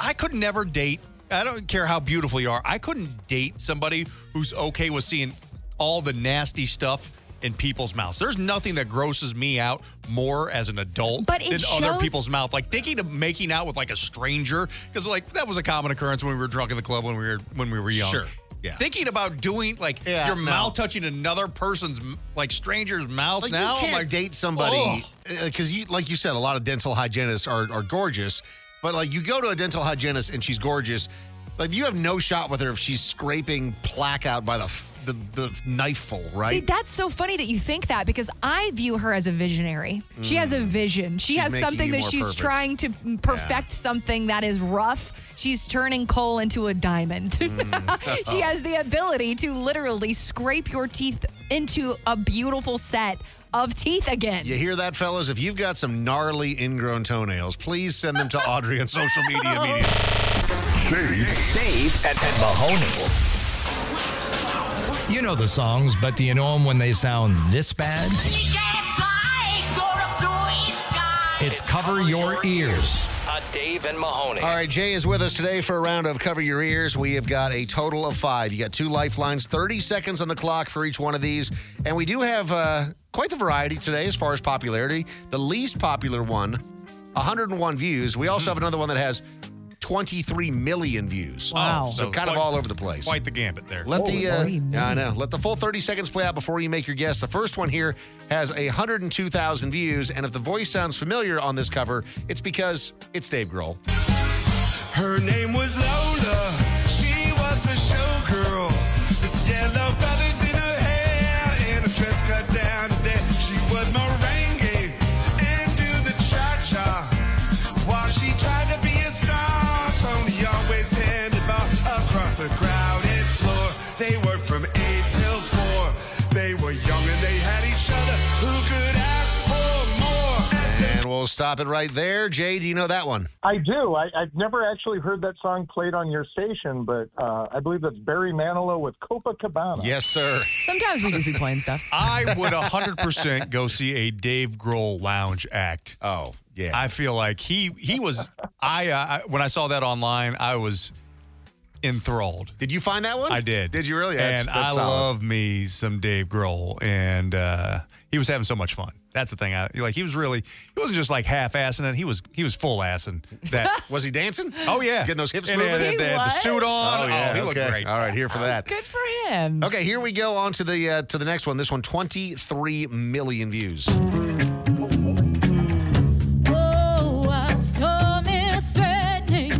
Speaker 4: I could never date, I don't care how beautiful you are, I couldn't date somebody who's okay with seeing all the nasty stuff in people's mouths. There's nothing that grosses me out more as an adult
Speaker 7: But it
Speaker 4: than other
Speaker 7: shows-
Speaker 4: people's mouth. Like thinking of making out with like a stranger, because like that was a common occurrence when we were drunk in the club when we were when we were young.
Speaker 3: Sure. Yeah.
Speaker 4: Thinking about doing like
Speaker 3: Yeah,
Speaker 4: your
Speaker 3: no.
Speaker 4: mouth touching another person's m- like stranger's mouth
Speaker 3: Like
Speaker 4: now.
Speaker 3: you can't
Speaker 4: like oh.
Speaker 3: date somebody Oh, because you, like you said, a lot of dental hygienists are are gorgeous, but like you go to a dental hygienist and she's gorgeous, like you have no shot with her if she's scraping plaque out by the f- the, the knifeful, right?
Speaker 7: See, that's so funny that you think that because I view her as a visionary. She
Speaker 3: Mm.
Speaker 7: has a vision. She
Speaker 3: She's
Speaker 7: has
Speaker 3: making
Speaker 7: something
Speaker 3: you
Speaker 7: that
Speaker 3: more
Speaker 7: she's
Speaker 3: perfect.
Speaker 7: trying to perfect something that is rough. She's turning coal into a diamond.
Speaker 3: Mm.
Speaker 7: she has the ability to literally scrape your teeth into a beautiful set of teeth again.
Speaker 3: You hear that, fellas? If you've got some gnarly ingrown toenails, please send them to Audrey on social media immediately.
Speaker 1: Dave, Dave, and, and Mahoney.
Speaker 5: You know the songs, but do you know them when they sound this bad? It's, Cover Your Ears.
Speaker 1: Uh, Dave and Mahoney.
Speaker 3: All right, Jay is with us today for a round of Cover Your Ears. We have got a total of five. You got two lifelines, 30 seconds on the clock for each one of these. And we do have uh, quite the variety today as far as popularity. The least popular one, 101 views. We
Speaker 4: Hmm.
Speaker 3: also have another one that has 23 million views.
Speaker 4: Wow. Oh,
Speaker 3: So,
Speaker 4: So
Speaker 3: kind of
Speaker 4: quite-
Speaker 3: all over the place.
Speaker 4: quite the gambit there.
Speaker 3: Let
Speaker 4: Holy
Speaker 3: the uh,
Speaker 4: moly.
Speaker 3: yeah, I know. Let the full 30 seconds play out before you make your guess. The first one here has 102,000 views, and if the voice sounds familiar on this cover, it's because it's Dave Grohl.
Speaker 24: Her name was Lola. She was a showgirl. With yellow feathers in her hair and a dress cut down to there. She was merengue and do the cha-cha. While she tried to be a star, Tony always handed ball across a crowded floor. They were from eight till four. They were young and they had each other. Who could ask for more?
Speaker 3: And we'll stop it right there. Jay, do you know that one?
Speaker 8: I do. I, I've never actually heard that song played on your station, but uh, I believe that's Barry Manilow with
Speaker 7: Oh.
Speaker 8: Copacabana.
Speaker 3: Yes, sir.
Speaker 7: Sometimes we just be playing stuff.
Speaker 4: I would 100% go see a Dave Grohl lounge act.
Speaker 3: Oh, yeah.
Speaker 4: I feel like he he was I, uh, I when I saw that online, I was enthralled.
Speaker 3: Did you find that one?
Speaker 4: I did.
Speaker 3: Did you really?
Speaker 4: and I love me some Dave Grohl, and uh, he was having so much fun. That's the thing. I like. He was really. He wasn't just like half assing it. He was. He was full assing. That
Speaker 3: Was he dancing?
Speaker 4: Oh yeah,
Speaker 3: Getting those hips
Speaker 4: And they
Speaker 3: moving.
Speaker 4: had- they had the suit on.
Speaker 3: Oh yeah,
Speaker 4: Oh, he looked
Speaker 3: okay.
Speaker 4: great.
Speaker 3: All right, here for that. Good
Speaker 7: for him.
Speaker 3: Okay, here we go on to the uh, to the next one. This one, 23 million views.
Speaker 10: Oh, a storm is threatening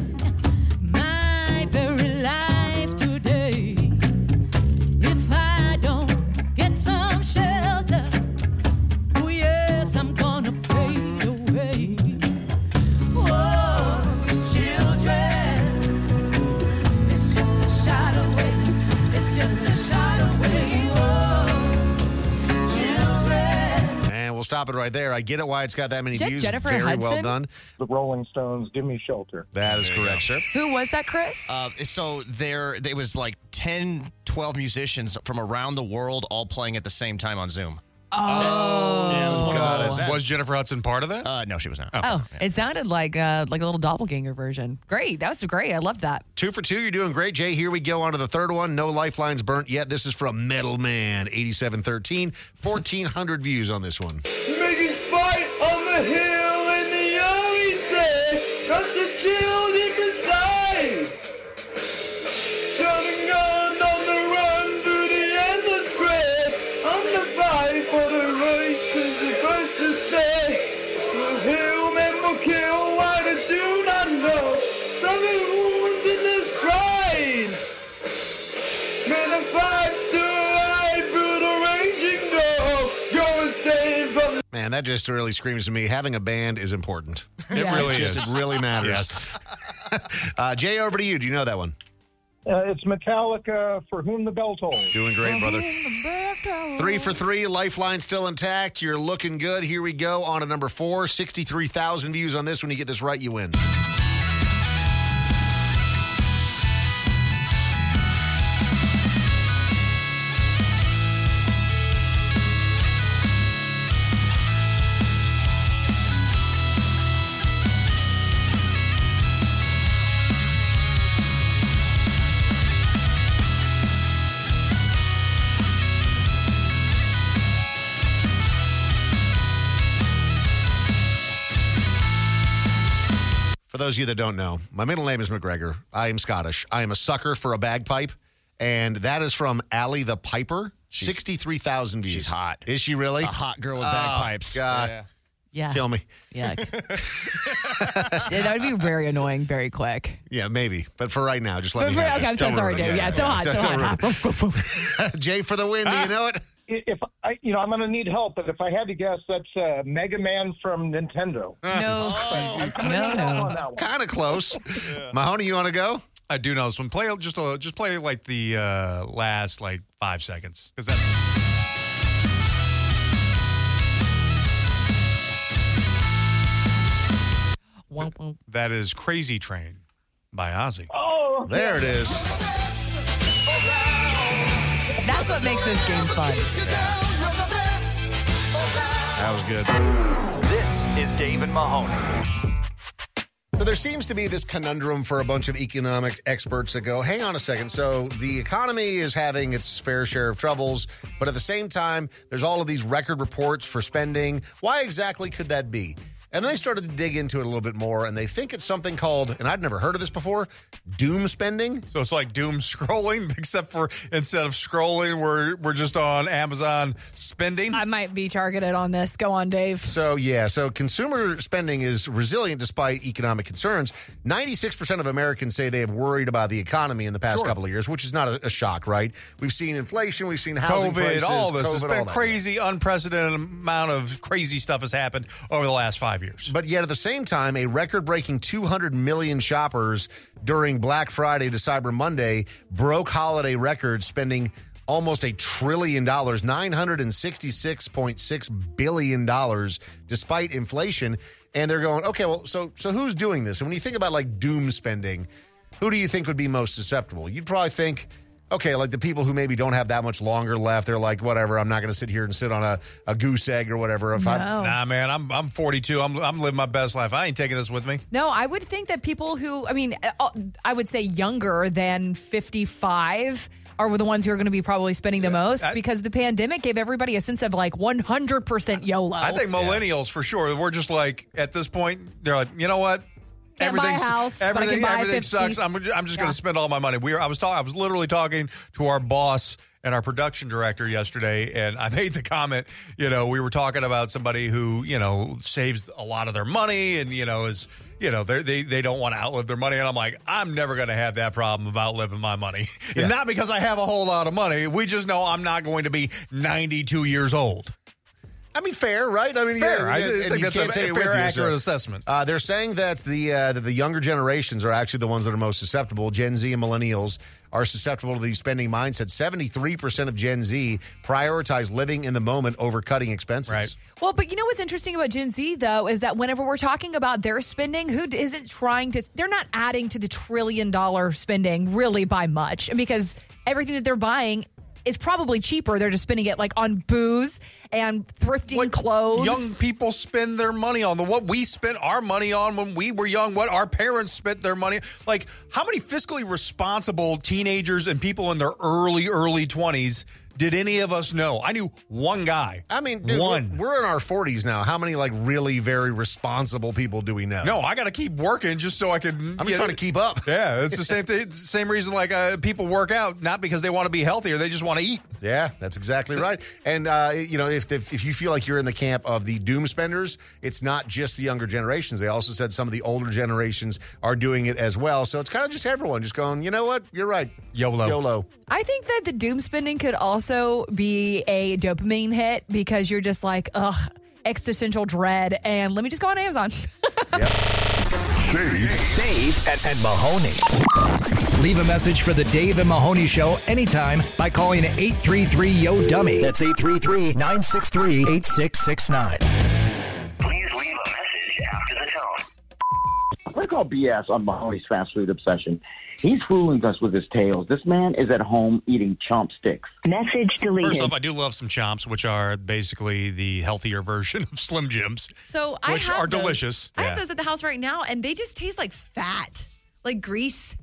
Speaker 10: my very life today. If I don't get some shelter, oh yes, I'm gonna fade away. Oh, children, it's just a shot away. It's just a shot away. Oh, children.
Speaker 3: And we'll stop it right there. I get it why it's got that many
Speaker 7: Is that
Speaker 3: views.
Speaker 7: Jennifer
Speaker 3: Very well
Speaker 7: Hudson?
Speaker 3: done.
Speaker 8: The Rolling Stones, Give Me Shelter.
Speaker 3: That is correct, sir.
Speaker 7: Who was that, Chris?
Speaker 22: Uh, so there, it was like 10, 12 musicians from around the world all playing at the same time on Zoom.
Speaker 7: Oh,
Speaker 4: Was, was Jennifer Hudson part of that?
Speaker 22: Uh, no, she was not.
Speaker 7: Oh, it sounded like uh, like a little doppelganger version. Great, that was great. I love that.
Speaker 3: Two for two. You're doing great, Jay. Here we go on to the third one. No lifelines burnt yet. This is from Metal Man 8713. 1,400 views on this one.
Speaker 24: Making spite on the hill and the only day That's the chill deep inside Turning on on the run through the endless grid On the fight for the race is the first to say We'll heal, men will kill, why they do not know Something was in this pride
Speaker 3: man, that just really screams to me. Having a band is important.
Speaker 4: It Yes. really
Speaker 3: just,
Speaker 4: is.
Speaker 3: It really matters. uh, Jay, over to you. Do you know that one?
Speaker 8: Uh, it's Metallica for whom the bell tolls.
Speaker 3: Doing great, brother. Three for three. Lifeline still intact. You're looking good. Here we go on to number four. 63,000 views on this. When you get this right, you win. For those of you that don't know, my middle name is McGregor. I am Scottish. I am a sucker for a bagpipe, and that is from Allie the Piper. Sixty-three thousand views. She's hot. Is she really
Speaker 22: A hot girl with
Speaker 3: Oh,
Speaker 22: bagpipes.
Speaker 3: God,
Speaker 22: Yeah.
Speaker 7: Yeah.
Speaker 3: kill me.
Speaker 7: Yeah, that would be very annoying very quick.
Speaker 3: Yeah, maybe. But for right now, just let
Speaker 7: But
Speaker 3: me.
Speaker 7: for-
Speaker 3: have
Speaker 7: okay,
Speaker 3: this.
Speaker 7: I'm so
Speaker 3: Don't
Speaker 7: sorry,
Speaker 3: ruin it.
Speaker 7: Dave. Yeah, so hot, so
Speaker 3: don't
Speaker 7: hot.
Speaker 3: ruin it. Jay for the win. Do you know it?
Speaker 8: If I, you know, I'm going to need help, but if I had to guess, that's uh, Mega Man from Nintendo.
Speaker 7: No.
Speaker 4: No,
Speaker 8: no.
Speaker 3: Kind of close. Mahoney, you want to go?
Speaker 4: I do know this one. Play just a, just play like the uh, last like five seconds because that's that is Crazy Train by Ozzy.
Speaker 8: Oh,
Speaker 3: There it is.
Speaker 7: That's what makes this game fun.
Speaker 3: That was good.
Speaker 1: This is Dave and Mahoney.
Speaker 3: So there seems to be this conundrum for a bunch of economic experts that go, hang on a second. So the economy is having its fair share of troubles, but at the same time, there's all of these record reports for spending. Why exactly could that be? And then they started to dig into it a little bit more, and they think it's something called, and I'd never heard of this before, doom spending.
Speaker 4: So it's like doom scrolling, except for instead of scrolling, we're we're just on Amazon spending.
Speaker 7: I might be targeted on this. Go on, Dave.
Speaker 3: So, yeah, so consumer spending is resilient despite economic concerns. 96% of Americans say they have worried about the economy in the past couple of years, which is not a, a shock, right? We've seen inflation, we've seen housing
Speaker 4: COVID,
Speaker 3: prices,
Speaker 4: all this. it's
Speaker 3: COVID,
Speaker 4: been
Speaker 3: all
Speaker 4: a
Speaker 3: that.
Speaker 4: crazy, unprecedented amount of crazy stuff has happened over the last five years.
Speaker 3: But yet, at the same time, a record breaking 200 million shoppers during Black Friday to Cyber Monday broke holiday records, spending almost a trillion dollars, $966.6 billion dollars, despite inflation. And they're going, okay, well, so, so who's doing this? And when you think about like doom spending, who do you think would be most susceptible? You'd probably think, okay, like the people who maybe don't have that much longer left, they're like, whatever, I'm not going to sit here and sit on a, a goose egg or whatever. If I,
Speaker 4: Nah, man, I'm I'm 42. I'm I'm living my best life. I ain't taking this with me.
Speaker 7: No, I would think that people who, I mean, uh, I would say younger than 55 are the ones who are going to be probably spending the most because the pandemic gave everybody a sense of like 100% YOLO.
Speaker 4: I think millennials for sure. We're just like at this point, they're like, you know what?
Speaker 7: Can't buy a
Speaker 4: Everything's-
Speaker 7: house, but I can
Speaker 4: everything,
Speaker 7: buy
Speaker 4: everything
Speaker 7: 50.
Speaker 4: sucks. I'm, ju- I'm just going
Speaker 7: Yeah.
Speaker 4: to spend all my money. We were, I was talking, I was literally talking to our boss and our production director yesterday, and I made the comment. You know, we were talking about somebody who you know saves a lot of their money, and you know is you know they're- they they don't want to outlive their money, and I'm like, I'm never going to have that problem of outliving my money, and not because I have a whole lot of money. We just know I'm not going to be 92 years old.
Speaker 3: I mean, fair, right? I mean,
Speaker 4: Fair.
Speaker 3: yeah,
Speaker 4: I
Speaker 3: and-
Speaker 4: think
Speaker 3: and
Speaker 4: that's
Speaker 3: you
Speaker 4: a
Speaker 3: can't
Speaker 4: very
Speaker 3: take it
Speaker 4: fair,
Speaker 3: with you,
Speaker 4: accurate assessment.
Speaker 3: Uh, they're saying that the uh, that the younger generations are actually the ones that are most susceptible. Gen Z and millennials are susceptible to these spending mindsets. Seventy three percent of Gen Z prioritize living in the moment over cutting expenses. Right.
Speaker 7: Well, but you know what's interesting about Gen Z though is that whenever we're talking about their spending, who d- isn't trying to? They're not adding to the trillion dollar spending really by much because everything that they're buying is probably cheaper. They're just spending it like on booze and thrifting clothes.
Speaker 4: Young people spend their money on the what we spent our money on when we were young, what our parents spent their money. Like how many fiscally responsible teenagers and people in their early early 20s did any of us know? I knew one guy.
Speaker 3: I mean, dude,
Speaker 4: one.
Speaker 3: We're, we're in our forties now. How many like really very responsible people do we know?
Speaker 4: No, I got to keep working just so I can.
Speaker 3: I'm just trying to keep up.
Speaker 4: Yeah, it's the same thing. it's the Same reason, like uh, people work out not because they want to be healthier; they just want to eat.
Speaker 3: Yeah, that's exactly right. And uh, you know, if, if if you feel like you're in the camp of the doom spenders, it's not just the younger generations. They also said some of the older generations are doing it as well. So it's kind of just everyone just going, you know what, you're right,
Speaker 4: YOLO,
Speaker 3: YOLO.
Speaker 7: I think that the doom spending could also be a dopamine hit because you're just like, ugh. existential dread. And let me just go on Amazon.
Speaker 5: Dave. Dave and, and Mahoney. Leave a message for the Dave and Mahoney Show anytime by calling 833 Yo Dummy. That's 833 963 8669.
Speaker 13: I call BS on Mahoney's fast food obsession. He's fooling us with his tales. This man is at home eating chomp sticks.
Speaker 9: Message
Speaker 4: First off, I do love some chomps, which are basically the healthier version of Slim Jims.
Speaker 7: So I
Speaker 4: Which
Speaker 7: have
Speaker 4: are
Speaker 7: those.
Speaker 4: delicious.
Speaker 7: I have
Speaker 4: Yeah.
Speaker 7: those at the house right now, and they just taste like fat, like grease,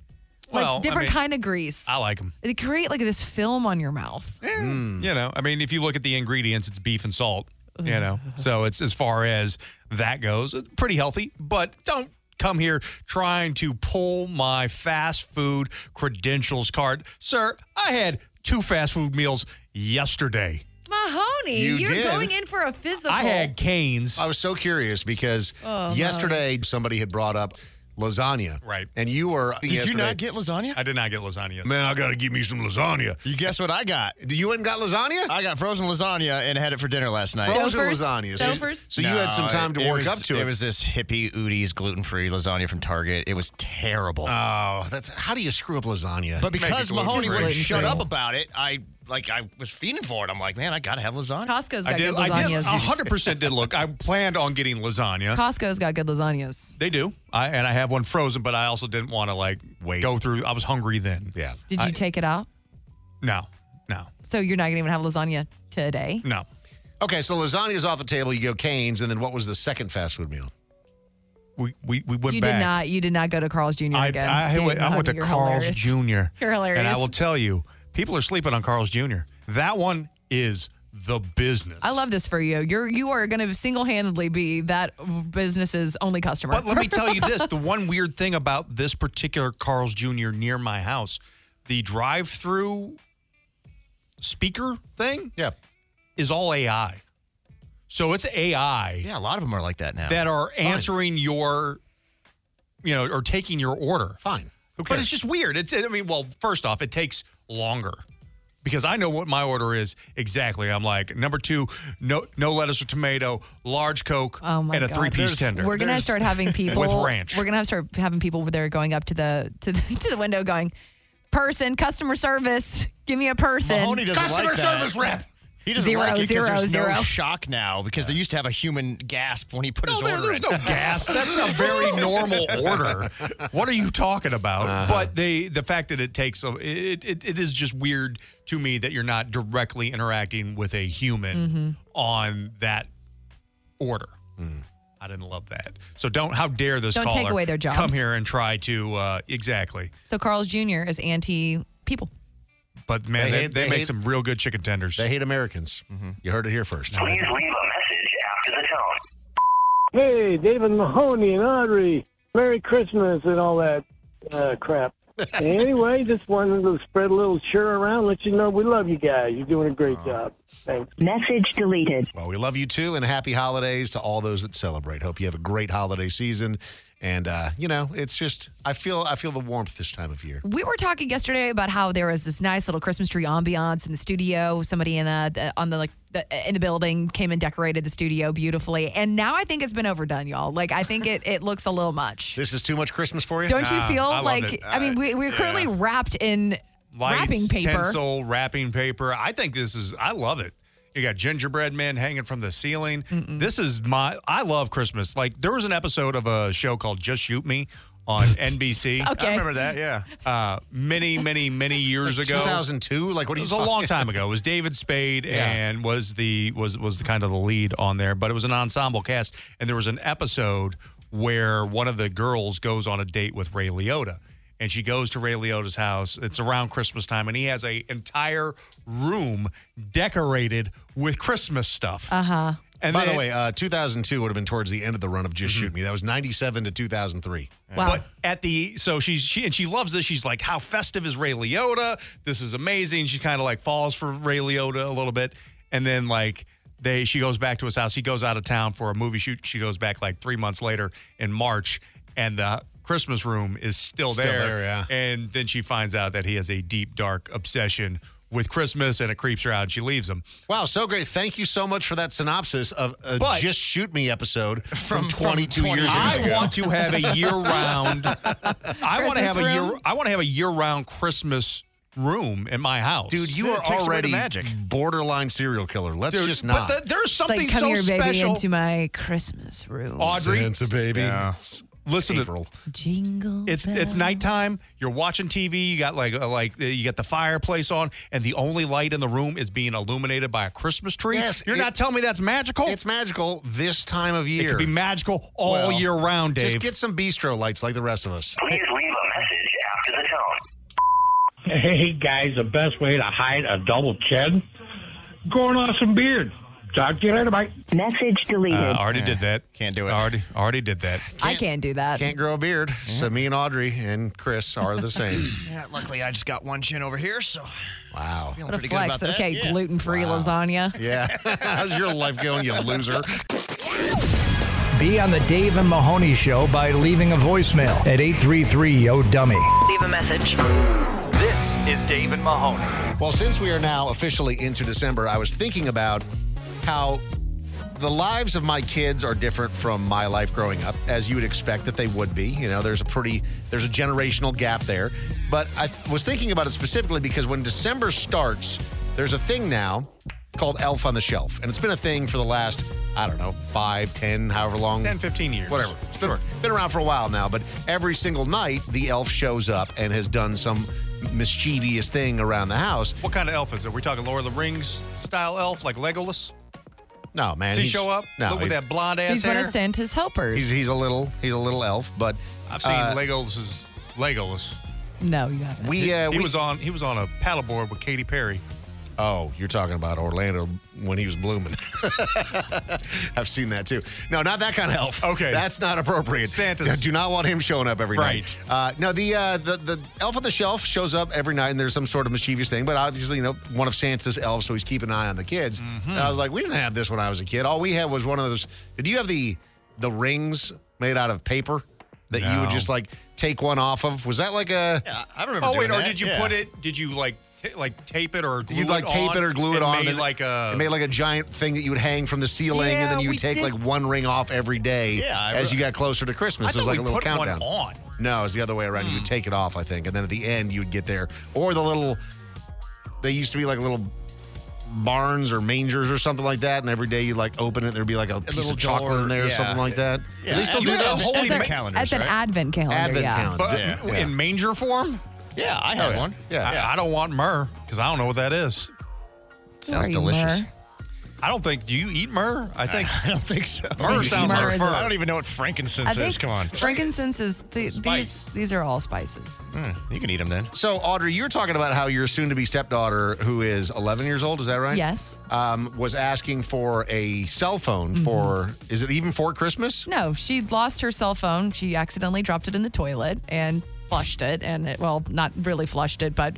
Speaker 4: Well, I
Speaker 7: like different
Speaker 4: mean,
Speaker 7: kind of grease.
Speaker 4: I like them.
Speaker 7: They create like this film on your mouth.
Speaker 4: You know, I mean, if you look at the ingredients, it's beef and salt. You know, so it's as far as that goes, it's pretty healthy. But don't come here trying to pull my fast food credentials card, sir. I had two fast food meals yesterday.
Speaker 7: Mahoney,
Speaker 3: You
Speaker 7: are
Speaker 3: did.
Speaker 7: going in for a physical.
Speaker 3: I had
Speaker 4: canes.
Speaker 3: I was so curious because
Speaker 7: Oh, no.
Speaker 3: yesterday somebody had brought up lasagna. Right. And you were.
Speaker 4: Did you not
Speaker 3: get lasagna?
Speaker 4: I did not get lasagna.
Speaker 3: Man, I got to give me some lasagna.
Speaker 22: You guess what I got?
Speaker 3: You went and got lasagna?
Speaker 22: I got frozen lasagna and had it for dinner last night.
Speaker 3: Frozen Stouffer's? lasagna. So- Stouffer's? so you had some time to work
Speaker 22: was-
Speaker 3: up to it.
Speaker 22: It was this hippie Udi's gluten free lasagna from Target. It was terrible.
Speaker 3: Oh, that's how do you screw up lasagna?
Speaker 22: But because
Speaker 3: Make it
Speaker 22: Mahoney
Speaker 3: gluten-free.
Speaker 22: wouldn't shut up about it, I like I was fiending for it. I'm like, man, I gotta have lasagna.
Speaker 7: Costco's
Speaker 4: I
Speaker 7: got
Speaker 4: did.
Speaker 7: good
Speaker 4: I did.
Speaker 7: lasagnas.
Speaker 4: hundred percent did look. I planned on getting lasagna.
Speaker 7: Costco's got good lasagnas.
Speaker 4: They do. I and I have one frozen, but I also didn't want to like wait go through. I was hungry then.
Speaker 3: Yeah.
Speaker 7: Did you take it out?
Speaker 4: No. No.
Speaker 7: So you're not gonna even have lasagna today.
Speaker 4: No.
Speaker 3: Okay, so lasagna's off the table. You go canes, and then what was the second fast food meal?
Speaker 4: We we, we went
Speaker 7: you
Speaker 4: back.
Speaker 7: did not. You did not go to Carl's Jr.
Speaker 4: I,
Speaker 7: again.
Speaker 4: I,
Speaker 7: Dude,
Speaker 4: went, I went
Speaker 7: Mahoney,
Speaker 4: to
Speaker 7: you're
Speaker 4: Carl's
Speaker 7: hilarious.
Speaker 4: Jr.
Speaker 7: You're hilarious.
Speaker 4: And I will tell you, people are sleeping on Carl's Jr. That one is the business.
Speaker 7: I love this for you. You're you are going to single handedly be that business's only customer.
Speaker 4: But let me tell you this the one weird thing about this particular Carl's Jr. near my house, the drive through speaker thing
Speaker 3: yeah.
Speaker 4: is all AI. So it's AI.
Speaker 22: Yeah, a lot of them are like that now.
Speaker 4: That are
Speaker 22: Fine.
Speaker 4: answering your, you know, or taking your order. Fine. But it's just weird. It's, I mean, well, first off, it takes longer because I know what my order is exactly. I'm like, number two, no, no lettuce or tomato, large Coke,
Speaker 7: Oh my
Speaker 4: and a
Speaker 7: God.
Speaker 4: three piece tender.
Speaker 7: We're gonna
Speaker 4: There's-
Speaker 7: start having people
Speaker 4: with ranch.
Speaker 7: We're gonna have start having people there going up to the to the to the window going, person, customer service, give me a person.
Speaker 22: Mahoney doesn't like that. He doesn't
Speaker 7: Zero,
Speaker 22: like it
Speaker 7: zero,
Speaker 22: because there's
Speaker 7: zero.
Speaker 22: no shock now because they used to have a human gasp when he put his
Speaker 4: there-
Speaker 22: order.
Speaker 4: there's
Speaker 22: in.
Speaker 4: no gasp. That's a very normal order. What are you talking about? But they, the fact that it takes a, it, it, it is just weird to me that you're not directly interacting with a human on that order. I didn't love that. So don't. How dare this
Speaker 7: Don't
Speaker 4: caller
Speaker 7: take away their jobs.
Speaker 4: come here and try to uh, exactly.
Speaker 7: So Carl's Jr. is anti people.
Speaker 4: But man,
Speaker 3: They
Speaker 4: they,
Speaker 3: hate-
Speaker 4: they
Speaker 3: they
Speaker 4: make
Speaker 3: hate-
Speaker 4: some real good chicken tenders.
Speaker 3: They hate Americans.
Speaker 4: Mm-hmm.
Speaker 3: You heard it here first.
Speaker 14: Hey, David Mahoney and Audrey, Merry Christmas and all that uh, crap. anyway, just wanted to spread a little cheer around, let you know we love you guys. You're doing a great job. Thanks.
Speaker 9: Message deleted.
Speaker 3: Well, we love you too, and happy holidays to all those that celebrate. Hope you have a great holiday season. And uh, you know, it's just I feel I feel the warmth this time of year.
Speaker 7: We were talking yesterday about how there was this nice little Christmas tree ambiance in the studio. Somebody in a the, on the like the, in the building came and decorated the studio beautifully. And now I think it's been overdone, y'all. Like I think it it looks a little much.
Speaker 3: This is too much Christmas for you.
Speaker 7: Don't you feel like I mean we, we're currently wrapped in wrapping
Speaker 4: Lights,
Speaker 7: paper.
Speaker 4: Tinsel, wrapping paper. I think this is. I love it. You got gingerbread men hanging from the ceiling. This is my. I love Christmas. Like there was an episode of a show called Just Shoot Me on NBC.
Speaker 7: Okay. I remember that,
Speaker 4: Yeah. Uh, many, many, many years
Speaker 3: Like
Speaker 4: ago.
Speaker 3: 2002? Like,
Speaker 4: It
Speaker 3: what are you
Speaker 4: was a
Speaker 3: talking-
Speaker 4: long time ago. It was David Spade
Speaker 3: Yeah.
Speaker 4: and was the was was the kind of the lead on there, but it was an ensemble cast, and there was an episode where one of the girls goes on a date with Ray Liotta, and she goes to Ray Liotta's house. It's around Christmas time, and he has a entire room decorated with Christmas stuff.
Speaker 7: Uh huh.
Speaker 4: And
Speaker 3: By
Speaker 4: then-
Speaker 3: the way, uh, 2002 would have been towards the end of the run of Just
Speaker 4: Mm-hmm.
Speaker 3: Shoot Me. That was 97 to 2003.
Speaker 7: Wow.
Speaker 4: But at the so she's she and she loves this. She's like, "How festive is Ray Liotta? This is amazing." She kind of like falls for Ray Liotta a little bit, and then like they she goes back to his house. He goes out of town for a movie shoot. She goes back like three months later in March, and the Christmas room is still,
Speaker 3: Still there, yeah.
Speaker 4: And then she finds out that he has a deep dark obsession with Christmas and it creeps her out and she leaves him.
Speaker 3: Wow, so great. Thank you so much for that synopsis of a
Speaker 4: But-
Speaker 3: Just Shoot Me episode from, 22 years
Speaker 4: I
Speaker 3: ago.
Speaker 4: want to have a year round. I want to have
Speaker 3: Christmas
Speaker 4: a year.
Speaker 3: room?
Speaker 4: I want to have a year round Christmas room in my house,
Speaker 3: Dude, you
Speaker 4: It
Speaker 3: are
Speaker 4: takes away the
Speaker 3: already
Speaker 4: magic.
Speaker 3: borderline serial killer. Let's
Speaker 4: Dude,
Speaker 3: just
Speaker 4: but
Speaker 3: not.
Speaker 4: the- there's
Speaker 7: It's like,
Speaker 4: something
Speaker 7: come
Speaker 4: so
Speaker 7: here, baby,
Speaker 4: special. Oh,
Speaker 7: into my Christmas room.
Speaker 4: Audrey,
Speaker 3: Santa baby.
Speaker 4: It's- Listen
Speaker 3: April.
Speaker 4: to jingle. It's it's nighttime. You're watching TV. You got like uh, like uh, you got the fireplace on, and the only light in the room is being illuminated by a Christmas tree.
Speaker 3: Yes,
Speaker 4: you're
Speaker 3: it-
Speaker 4: not telling me that's magical.
Speaker 3: It's magical this time of year.
Speaker 4: It could be magical all
Speaker 3: Well,
Speaker 4: year round, Dave.
Speaker 3: Just get some bistro lights like the rest of us.
Speaker 12: Please leave a message after the tone.
Speaker 15: Hey guys, the best way to hide a double chin? Going off some beard. Talk to you later, Mike.
Speaker 9: Message deleted.
Speaker 4: Uh, already did that. Can't do it. Already already did that.
Speaker 7: I can't do that.
Speaker 3: Can't grow a beard. So me and Audrey and Chris are the same.
Speaker 22: Yeah, luckily I just got one chin over here, so
Speaker 3: wow.
Speaker 22: feeling
Speaker 7: What a
Speaker 22: pretty good about
Speaker 7: flex.
Speaker 22: that.
Speaker 7: Okay,
Speaker 22: Yeah.
Speaker 7: gluten free lasagna.
Speaker 3: Yeah. How's your life going, you loser?
Speaker 5: Be on the Dave and Mahoney Show by leaving a voicemail at 833 Yo Dummy.
Speaker 9: Leave a message.
Speaker 5: This is Dave and Mahoney.
Speaker 3: Well, since we are now officially into December, I was thinking about how the lives of my kids are different from my life growing up, as you would expect that they would be. You know, there's a pretty there's a generational gap there. But I th- was thinking about it specifically because when December starts, there's a thing now called Elf on the Shelf, and it's been a thing for the last I don't know five, ten, however long,
Speaker 4: 10, 15 years.
Speaker 3: whatever. It's been, been around for a while now, but every single night the elf shows up and has done some mischievous thing around the house.
Speaker 4: What kind of elf is it? Are we talking Lord of the Rings style elf, like Legolas?
Speaker 3: No, man.
Speaker 4: Does he
Speaker 3: he's-
Speaker 4: show up
Speaker 3: No,
Speaker 4: Look with
Speaker 3: he-
Speaker 4: that blonde ass
Speaker 7: He's
Speaker 4: hair?
Speaker 7: one of Santa's helpers.
Speaker 3: He's he's a little he's a little elf, but
Speaker 4: I've seen
Speaker 3: uh,
Speaker 4: Legolas's Legolas.
Speaker 7: no, you haven't.
Speaker 3: We
Speaker 4: He-
Speaker 3: uh,
Speaker 4: he
Speaker 3: we,
Speaker 4: was on he was on a paddleboard with Katy Perry.
Speaker 3: oh, you're talking about Orlando when he was blooming. I've seen that too. No, not that kind of elf.
Speaker 4: Okay.
Speaker 3: that's not appropriate.
Speaker 4: Santa's-
Speaker 3: Do not want him showing up every
Speaker 4: Right.
Speaker 3: night. Uh, no, the uh, the the elf on the shelf shows up every night, and there's some sort of mischievous thing. But obviously, you know, one of Santa's elves, so he's keeping an eye on the kids.
Speaker 4: Mm-hmm.
Speaker 3: And I was like, we didn't have this when I was a kid. All we had was one of those. Did you have the the rings made out of paper that you would
Speaker 4: No.
Speaker 3: just like take one off of? Was that like a?
Speaker 22: Yeah, I remember.
Speaker 4: Oh wait,
Speaker 22: doing
Speaker 4: or
Speaker 22: that,
Speaker 4: did you
Speaker 22: yeah.
Speaker 4: put it? Did you like ta- like tape it or glue
Speaker 3: You'd like
Speaker 4: it
Speaker 3: tape
Speaker 4: on
Speaker 3: it or glue it
Speaker 4: and
Speaker 3: on.
Speaker 4: Made
Speaker 3: and
Speaker 4: like a
Speaker 3: it made like a giant thing that you would hang from the ceiling,
Speaker 22: Yeah,
Speaker 3: and then you
Speaker 22: we
Speaker 3: would take
Speaker 22: did.
Speaker 3: like one ring off every day
Speaker 22: Yeah, I
Speaker 3: as
Speaker 22: re-
Speaker 3: you got closer to
Speaker 4: I
Speaker 3: Christmas. It
Speaker 4: thought
Speaker 3: was like
Speaker 4: we
Speaker 3: a little
Speaker 4: put
Speaker 3: countdown.
Speaker 4: one on.
Speaker 3: No, it was the other way around. You
Speaker 22: Hmm.
Speaker 3: would take it off, I think, and then at the end you would get there, or the little. They used to be like little barns or mangers or something like that, and every day you like open it, there'd be like a, piece
Speaker 22: little
Speaker 3: of chocolate
Speaker 22: door,
Speaker 3: in there or
Speaker 22: yeah.
Speaker 3: something like that.
Speaker 22: Yeah,
Speaker 3: Do they still
Speaker 22: you
Speaker 3: do
Speaker 22: had
Speaker 3: that?
Speaker 22: a whole-
Speaker 7: That's,
Speaker 22: Holy
Speaker 7: a-
Speaker 22: calendars,
Speaker 7: that's an
Speaker 22: right?
Speaker 7: advent calendar.
Speaker 3: Advent
Speaker 7: yeah.
Speaker 3: calendar.
Speaker 4: But
Speaker 22: Yeah.
Speaker 4: in manger form. Oh,
Speaker 22: Yeah, I had
Speaker 3: yeah.
Speaker 22: one.
Speaker 3: Yeah.
Speaker 4: I, I don't want myrrh because I don't know what that is.
Speaker 7: Sounds
Speaker 22: delicious.
Speaker 4: I don't think. Do you eat myrrh? I think
Speaker 22: I don't think so.
Speaker 4: myrrh sounds
Speaker 7: myrrh
Speaker 4: like
Speaker 7: is
Speaker 4: fur.
Speaker 7: a-
Speaker 22: I don't even know what frankincense
Speaker 7: I think
Speaker 22: is. Come on.
Speaker 7: frankincense is the, these.
Speaker 22: Spice.
Speaker 7: These are all spices.
Speaker 22: You can eat them then.
Speaker 3: So, Audrey, you were talking about how your soon to be stepdaughter, who is 11 years old, is that right?
Speaker 7: Yes.
Speaker 3: Um, was asking for a cell phone
Speaker 4: Mm-hmm.
Speaker 3: for, is it even for Christmas?
Speaker 7: No, she lost her cell phone. She accidentally dropped it in the toilet and flushed it. And it, well, not really flushed it, but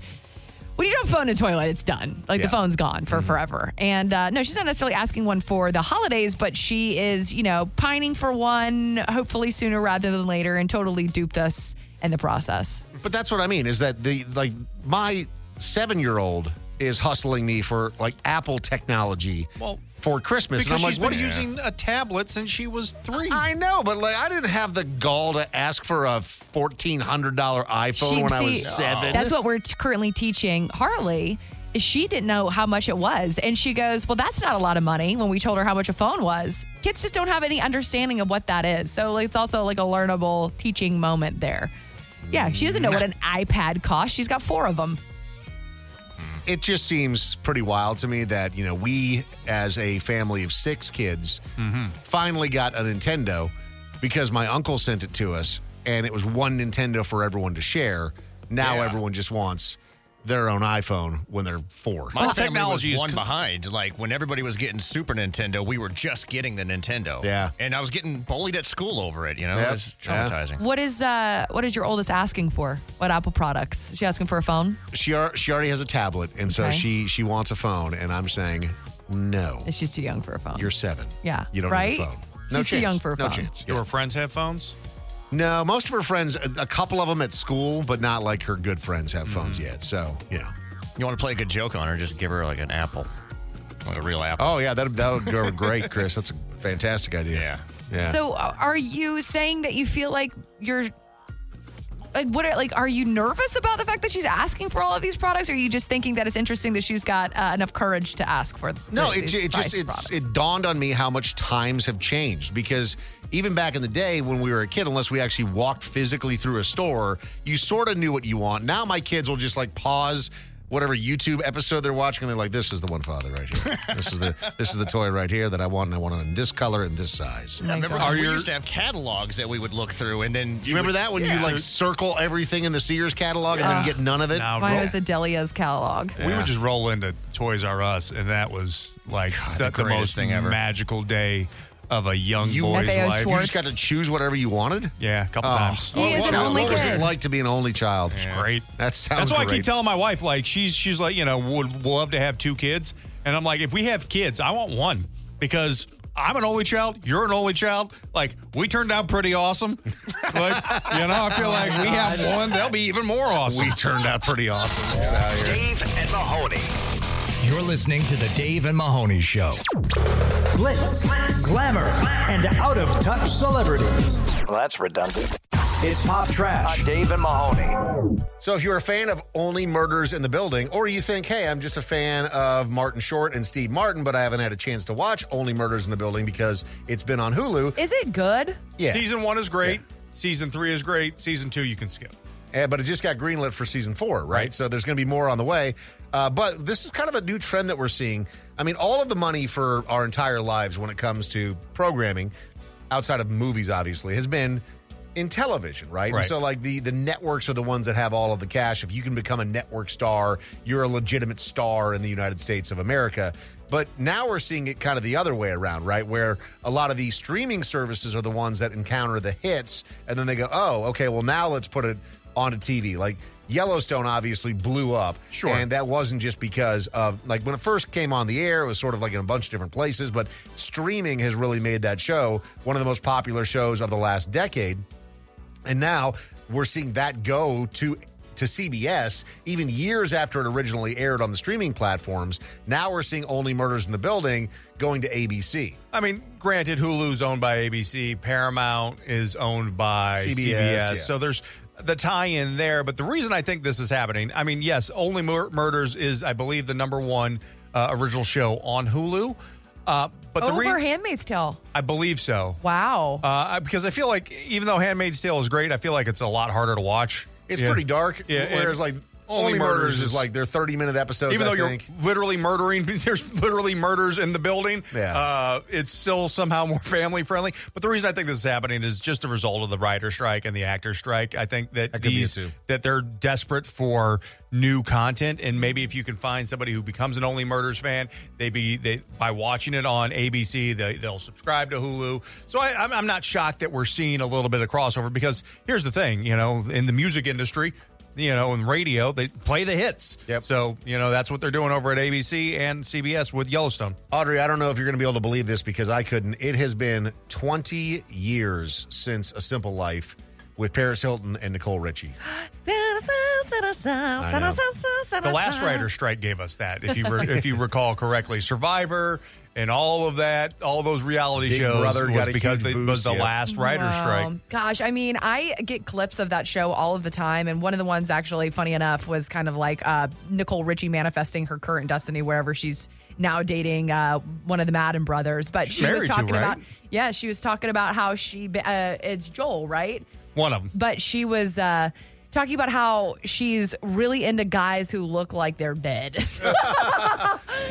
Speaker 7: when you drop a phone in the toilet, it's done. Like the phone's gone for forever. And uh, no, she's not necessarily asking one for the holidays, but she is, you know, pining for one, hopefully sooner rather than later, and totally duped us in the process.
Speaker 3: But that's what I mean is that the, like, my seven year old is hustling me for, like, Apple technology
Speaker 4: Well,
Speaker 3: for Christmas.
Speaker 4: Because
Speaker 3: and I'm
Speaker 4: she's
Speaker 3: like, what
Speaker 4: been
Speaker 3: are you
Speaker 4: using a tablet since she was three.
Speaker 3: I know, but like I didn't have the gall to ask for a fourteen hundred dollar iPhone
Speaker 7: She-
Speaker 3: when I
Speaker 7: see,
Speaker 3: was seven.
Speaker 7: That's what we're t- currently teaching Harley. is She didn't know how much it was. And she goes, Well, that's not a lot of money when we told her how much a phone was. Kids just don't have any understanding of what that is. So like, it's also like a learnable teaching moment there. Yeah, she doesn't know what an iPad costs. She's got four of them.
Speaker 3: it just seems pretty wild to me that you know we as a family of six kids
Speaker 22: Mm-hmm.
Speaker 3: finally got a nintendo because my uncle sent it to us and it was one nintendo for everyone to share now everyone just wants their own iphone when they're four
Speaker 22: My family
Speaker 4: technology is
Speaker 22: was one
Speaker 4: co-
Speaker 22: behind. Like when everybody was getting Super Nintendo, we were just getting the Nintendo.
Speaker 3: Yeah.
Speaker 22: and I was getting bullied at school over it. You know,
Speaker 3: Yep.
Speaker 22: it was
Speaker 3: Yeah.
Speaker 22: traumatizing.
Speaker 7: What is uh what is your oldest asking for? What Apple products? Is she asking for a phone?
Speaker 3: she, ar- she already has a tablet and so
Speaker 7: Okay.
Speaker 3: she she wants a phone and i'm saying no
Speaker 7: She's too young for a phone.
Speaker 3: you're seven
Speaker 7: Yeah,
Speaker 3: you don't
Speaker 7: right?
Speaker 3: need a phone no
Speaker 7: She's
Speaker 3: chance
Speaker 7: too young for a
Speaker 3: no
Speaker 7: phone.
Speaker 3: chance
Speaker 4: Your friends have phones.
Speaker 3: no most of her friends a couple of them at school but not like her good friends have phones yet so you know
Speaker 22: You want to play a good joke on her? Just give her like an apple, like a real apple.
Speaker 3: Oh yeah, that that would go great, Chris. That's a fantastic idea. Yeah, yeah.
Speaker 7: So a- are you saying that you feel like you're like what are, like are you nervous about the fact that she's asking for all of these products or are you just thinking that it's interesting that she's got uh, enough courage to ask for
Speaker 3: No,
Speaker 7: the-
Speaker 3: it, ju-
Speaker 7: these
Speaker 3: it
Speaker 7: price
Speaker 3: just it's,
Speaker 7: products?
Speaker 3: it dawned on me how much times have changed because even back in the day when we were a kid, unless we actually walked physically through a store, you sort of knew what you want. Now my kids will just like pause whatever YouTube episode they're watching and they're like, "This is the one, father, right here. This is the this is the toy right here that I want, and I want it in this color and this size."
Speaker 22: I remember 'cause
Speaker 3: Oh, Are
Speaker 22: we
Speaker 3: your-
Speaker 22: used to have catalogs that we would look through, and then
Speaker 3: you remember
Speaker 22: would-
Speaker 3: that when
Speaker 22: Yeah.
Speaker 3: you like circle everything in the Sears catalog
Speaker 7: Yeah.
Speaker 3: and then get none of it?
Speaker 7: Mine was the Delia's catalog.
Speaker 4: We would just roll into Toys R Us, and that was like the, the
Speaker 22: greatest
Speaker 4: most
Speaker 22: thing ever.
Speaker 4: magical day of a young
Speaker 3: You,
Speaker 4: boy's
Speaker 3: you
Speaker 4: life.
Speaker 3: just got to choose whatever you wanted.
Speaker 4: Yeah, a couple
Speaker 3: Oh.
Speaker 4: times.
Speaker 3: He is an only What was it kid. like to be an only child?
Speaker 4: It's great.
Speaker 3: That sounds
Speaker 4: That's why I
Speaker 3: great.
Speaker 4: keep telling my wife, like, she's she's like, you know, would love to have two kids. And I'm like, if we have kids, I want one because I'm an only child. You're an only child. Like, we turned out pretty awesome. like, you know, I feel like we have one. They'll be even more awesome.
Speaker 3: We turned out pretty awesome. Get out of here.
Speaker 1: Dave and Mahoney.
Speaker 5: You're listening to the Dave and Mahoney Show. Glitz, glamour, and out of touch celebrities. Well, that's redundant. It's pop trash. Dave and Mahoney.
Speaker 3: So, if you're a fan of Only Murders in the Building, or you think, hey, I'm just a fan of Martin Short and Steve Martin, but I haven't had a chance to watch Only Murders in the Building because it's been on Hulu.
Speaker 7: Is it good?
Speaker 3: Yeah.
Speaker 4: Season one is great. Season three is great. Season two, you can skip.
Speaker 3: Eh, but it just got greenlit for season four, right? So there's going to be more on the way. Uh, but this is kind of a new trend that we're seeing. I mean, all of the money for our entire lives when it comes to programming, outside of movies, obviously, has been in television, right? And
Speaker 4: Right.
Speaker 3: so, like the the networks are the ones that have all of the cash. If you can become a network star, you're a legitimate star in the United States of America. But now we're seeing it kind of the other way around, right? Where a lot of the streaming services are the ones that encounter the hits, and then they go, "Oh, okay, well now let's put it onto TV." Like Yellowstone obviously blew up, sure, and that wasn't just because of like when it first came on the air, it was sort of like in a bunch of different places, but streaming has really made that show one of the most popular shows of the last decade. And now we're seeing that go to to CBS even years after it originally aired on the streaming platforms. Now we're seeing Only Murders in the Building going to ABC.
Speaker 4: I mean, granted, Hulu's owned by ABC, Paramount is owned by
Speaker 3: CBS,
Speaker 4: CBS.
Speaker 3: yeah.
Speaker 4: So there's the tie in there. But the reason I think this is happening, I mean, yes, Only Mur- Murders is, I believe, the number one uh, original show on Hulu. Uh, but the
Speaker 7: Over
Speaker 4: re-
Speaker 7: Handmaid's Tale.
Speaker 4: I believe so.
Speaker 7: Wow.
Speaker 4: Uh, I- because I feel like even though Handmaid's Tale is great, I feel like it's a lot harder to watch.
Speaker 3: It's
Speaker 4: Yeah.
Speaker 3: pretty dark.
Speaker 4: Yeah,
Speaker 3: whereas
Speaker 4: and
Speaker 3: like Only, Murders, is like their 30 minute episodes.
Speaker 4: even
Speaker 3: I
Speaker 4: though you're
Speaker 3: think.
Speaker 4: literally murdering, there's literally murders in the building.
Speaker 3: Yeah.
Speaker 4: Uh, it's still somehow more family friendly. But the reason I think this is happening is just a result of the writer strike and the actor strike. I think that,
Speaker 3: That could be it
Speaker 4: these
Speaker 3: too.
Speaker 4: that they're desperate for new content, and maybe if you can find somebody who becomes an Only Murders fan, they be they by watching it on ABC, they, they'll subscribe to Hulu. So I, I'm, I'm not shocked that we're seeing a little bit of crossover because here's the thing, you know, in the music industry. You know, in radio, they play the hits. Yep. So, you know, that's what they're doing over at ABC and CBS with Yellowstone.
Speaker 3: Audrey, I don't know if you're going to be able to believe this because I couldn't. It has been 20 years since A Simple Life with Paris Hilton and Nicole Richie.
Speaker 4: The last writer strike gave us that, if you re- if you recall correctly, Survivor and all of that, all those reality
Speaker 3: Big
Speaker 4: shows
Speaker 3: Brother
Speaker 4: was
Speaker 3: got a
Speaker 4: because
Speaker 3: huge
Speaker 4: it was
Speaker 3: boost,
Speaker 4: the
Speaker 3: yeah.
Speaker 4: last writer
Speaker 7: Wow.
Speaker 4: strike.
Speaker 7: Um, Gosh, I mean, I get clips of that show all of the time, and one of the ones actually, funny enough, was kind of like uh, Nicole Richie manifesting her current destiny wherever she's now dating uh, one of the Madden brothers. But she
Speaker 4: Married
Speaker 7: was
Speaker 4: to,
Speaker 7: talking
Speaker 4: right?
Speaker 7: about, yeah, she was talking about how she be- uh, it's Joel, right?
Speaker 4: One of them.
Speaker 7: But she was. Uh, Talking about how she's really into guys who look like they're dead.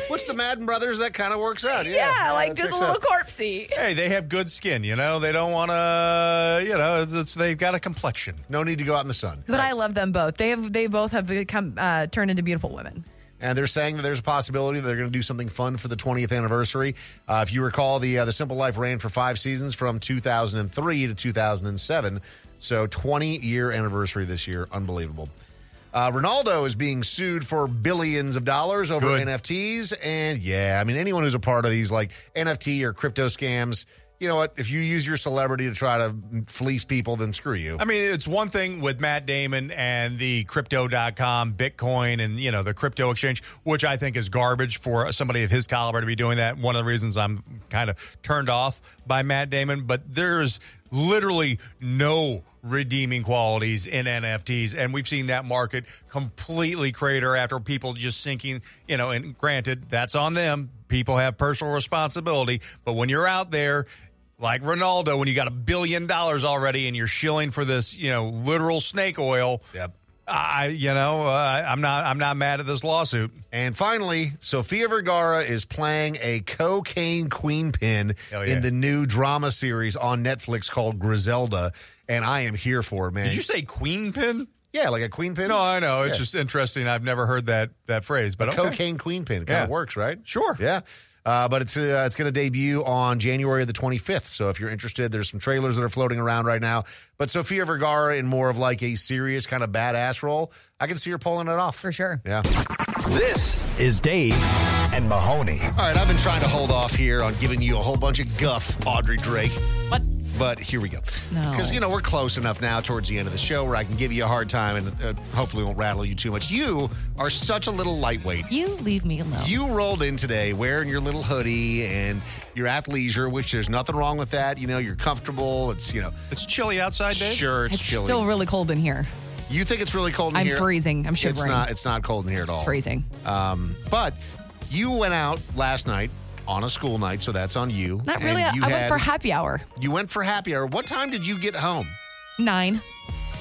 Speaker 3: What's the Madden Brothers? That kind of works out. Yeah,
Speaker 7: yeah, like
Speaker 3: that
Speaker 7: just a
Speaker 3: checks
Speaker 7: little
Speaker 3: out.
Speaker 7: corpsey.
Speaker 4: Hey, they have good skin, you know. They don't want to, you know. It's, they've got a complexion.
Speaker 3: No need to go out in the sun.
Speaker 7: But I love them both. They have they both have become uh, turned into beautiful women.
Speaker 3: and they're saying that there's a possibility that they're going to do something fun for the 20th anniversary. Uh, if you recall, the uh, the Simple Life ran for five seasons from 2003 to 2007, so 20 year anniversary this year, unbelievable. Uh, Ronaldo is being sued for billions of dollars over NFTs, and yeah, I mean anyone who's a part of these like NFT or crypto scams, you know what? If you use your celebrity to try to fleece people, then screw you.
Speaker 4: I mean, it's one thing with Matt Damon and the crypto.com, Bitcoin, and, you know, the crypto exchange, which I think is garbage for somebody of his caliber to be doing that. One of the reasons I'm kind of turned off by Matt Damon, but there's literally no redeeming qualities in NFTs. And we've seen that market completely crater after people just sinking, you know, and granted, that's on them. People have personal responsibility. But when you're out there, like Ronaldo, when you got a billion dollars already and you're shilling for this, you know, literal snake oil.
Speaker 3: Yep.
Speaker 4: I, you know, uh, I'm not, I'm not mad at this lawsuit.
Speaker 3: And finally, Sofia Vergara is playing a cocaine queen pin
Speaker 4: Hell yeah.
Speaker 3: in the new drama series on Netflix called Griselda, and I am here for it, man.
Speaker 4: Did you say queen pin?
Speaker 3: yeah, like a queen pin?
Speaker 4: No, I know. It's
Speaker 3: Yeah.
Speaker 4: just interesting. I've never heard that that phrase, but okay.
Speaker 3: cocaine queen pin. It kind
Speaker 4: Yeah.
Speaker 3: of works, right?
Speaker 4: Sure.
Speaker 3: Yeah. Uh, but it's uh, it's going to debut on January the 25th. So if you're interested, there's some trailers that are floating around right now. But Sofia Vergara in more of like a serious kind of badass role, I can see her pulling it off for
Speaker 7: sure.
Speaker 3: Yeah.
Speaker 5: This is Dave and Mahoney.
Speaker 3: All right, I've been trying to hold off here on giving you a whole bunch of guff, Audrey Drake.
Speaker 7: What?
Speaker 3: But here we go.
Speaker 7: No.
Speaker 3: Because, you know, we're close enough now towards the end of the show where I can give you a hard time and uh, hopefully won't rattle you too much. You are such a little lightweight.
Speaker 7: You leave me alone.
Speaker 3: You rolled in today wearing your little hoodie and your athleisure, which there's nothing wrong with that. You know, you're comfortable. It's, you know,
Speaker 4: It's chilly outside, Dave.
Speaker 3: sure, it's,
Speaker 7: it's
Speaker 3: chilly.
Speaker 7: still really cold in here.
Speaker 3: you think it's really cold in
Speaker 7: I'm
Speaker 3: here?
Speaker 7: freezing. I'm
Speaker 3: It's
Speaker 7: shivering.
Speaker 3: not, it's not cold in here at all.
Speaker 7: Freezing.
Speaker 3: Um, but you went out last night on a school night, so that's on you.
Speaker 7: Not
Speaker 3: And
Speaker 7: really. I
Speaker 3: You
Speaker 7: I went
Speaker 3: had-
Speaker 7: for happy hour.
Speaker 3: You went for happy hour. What time did you get home?
Speaker 7: Nine.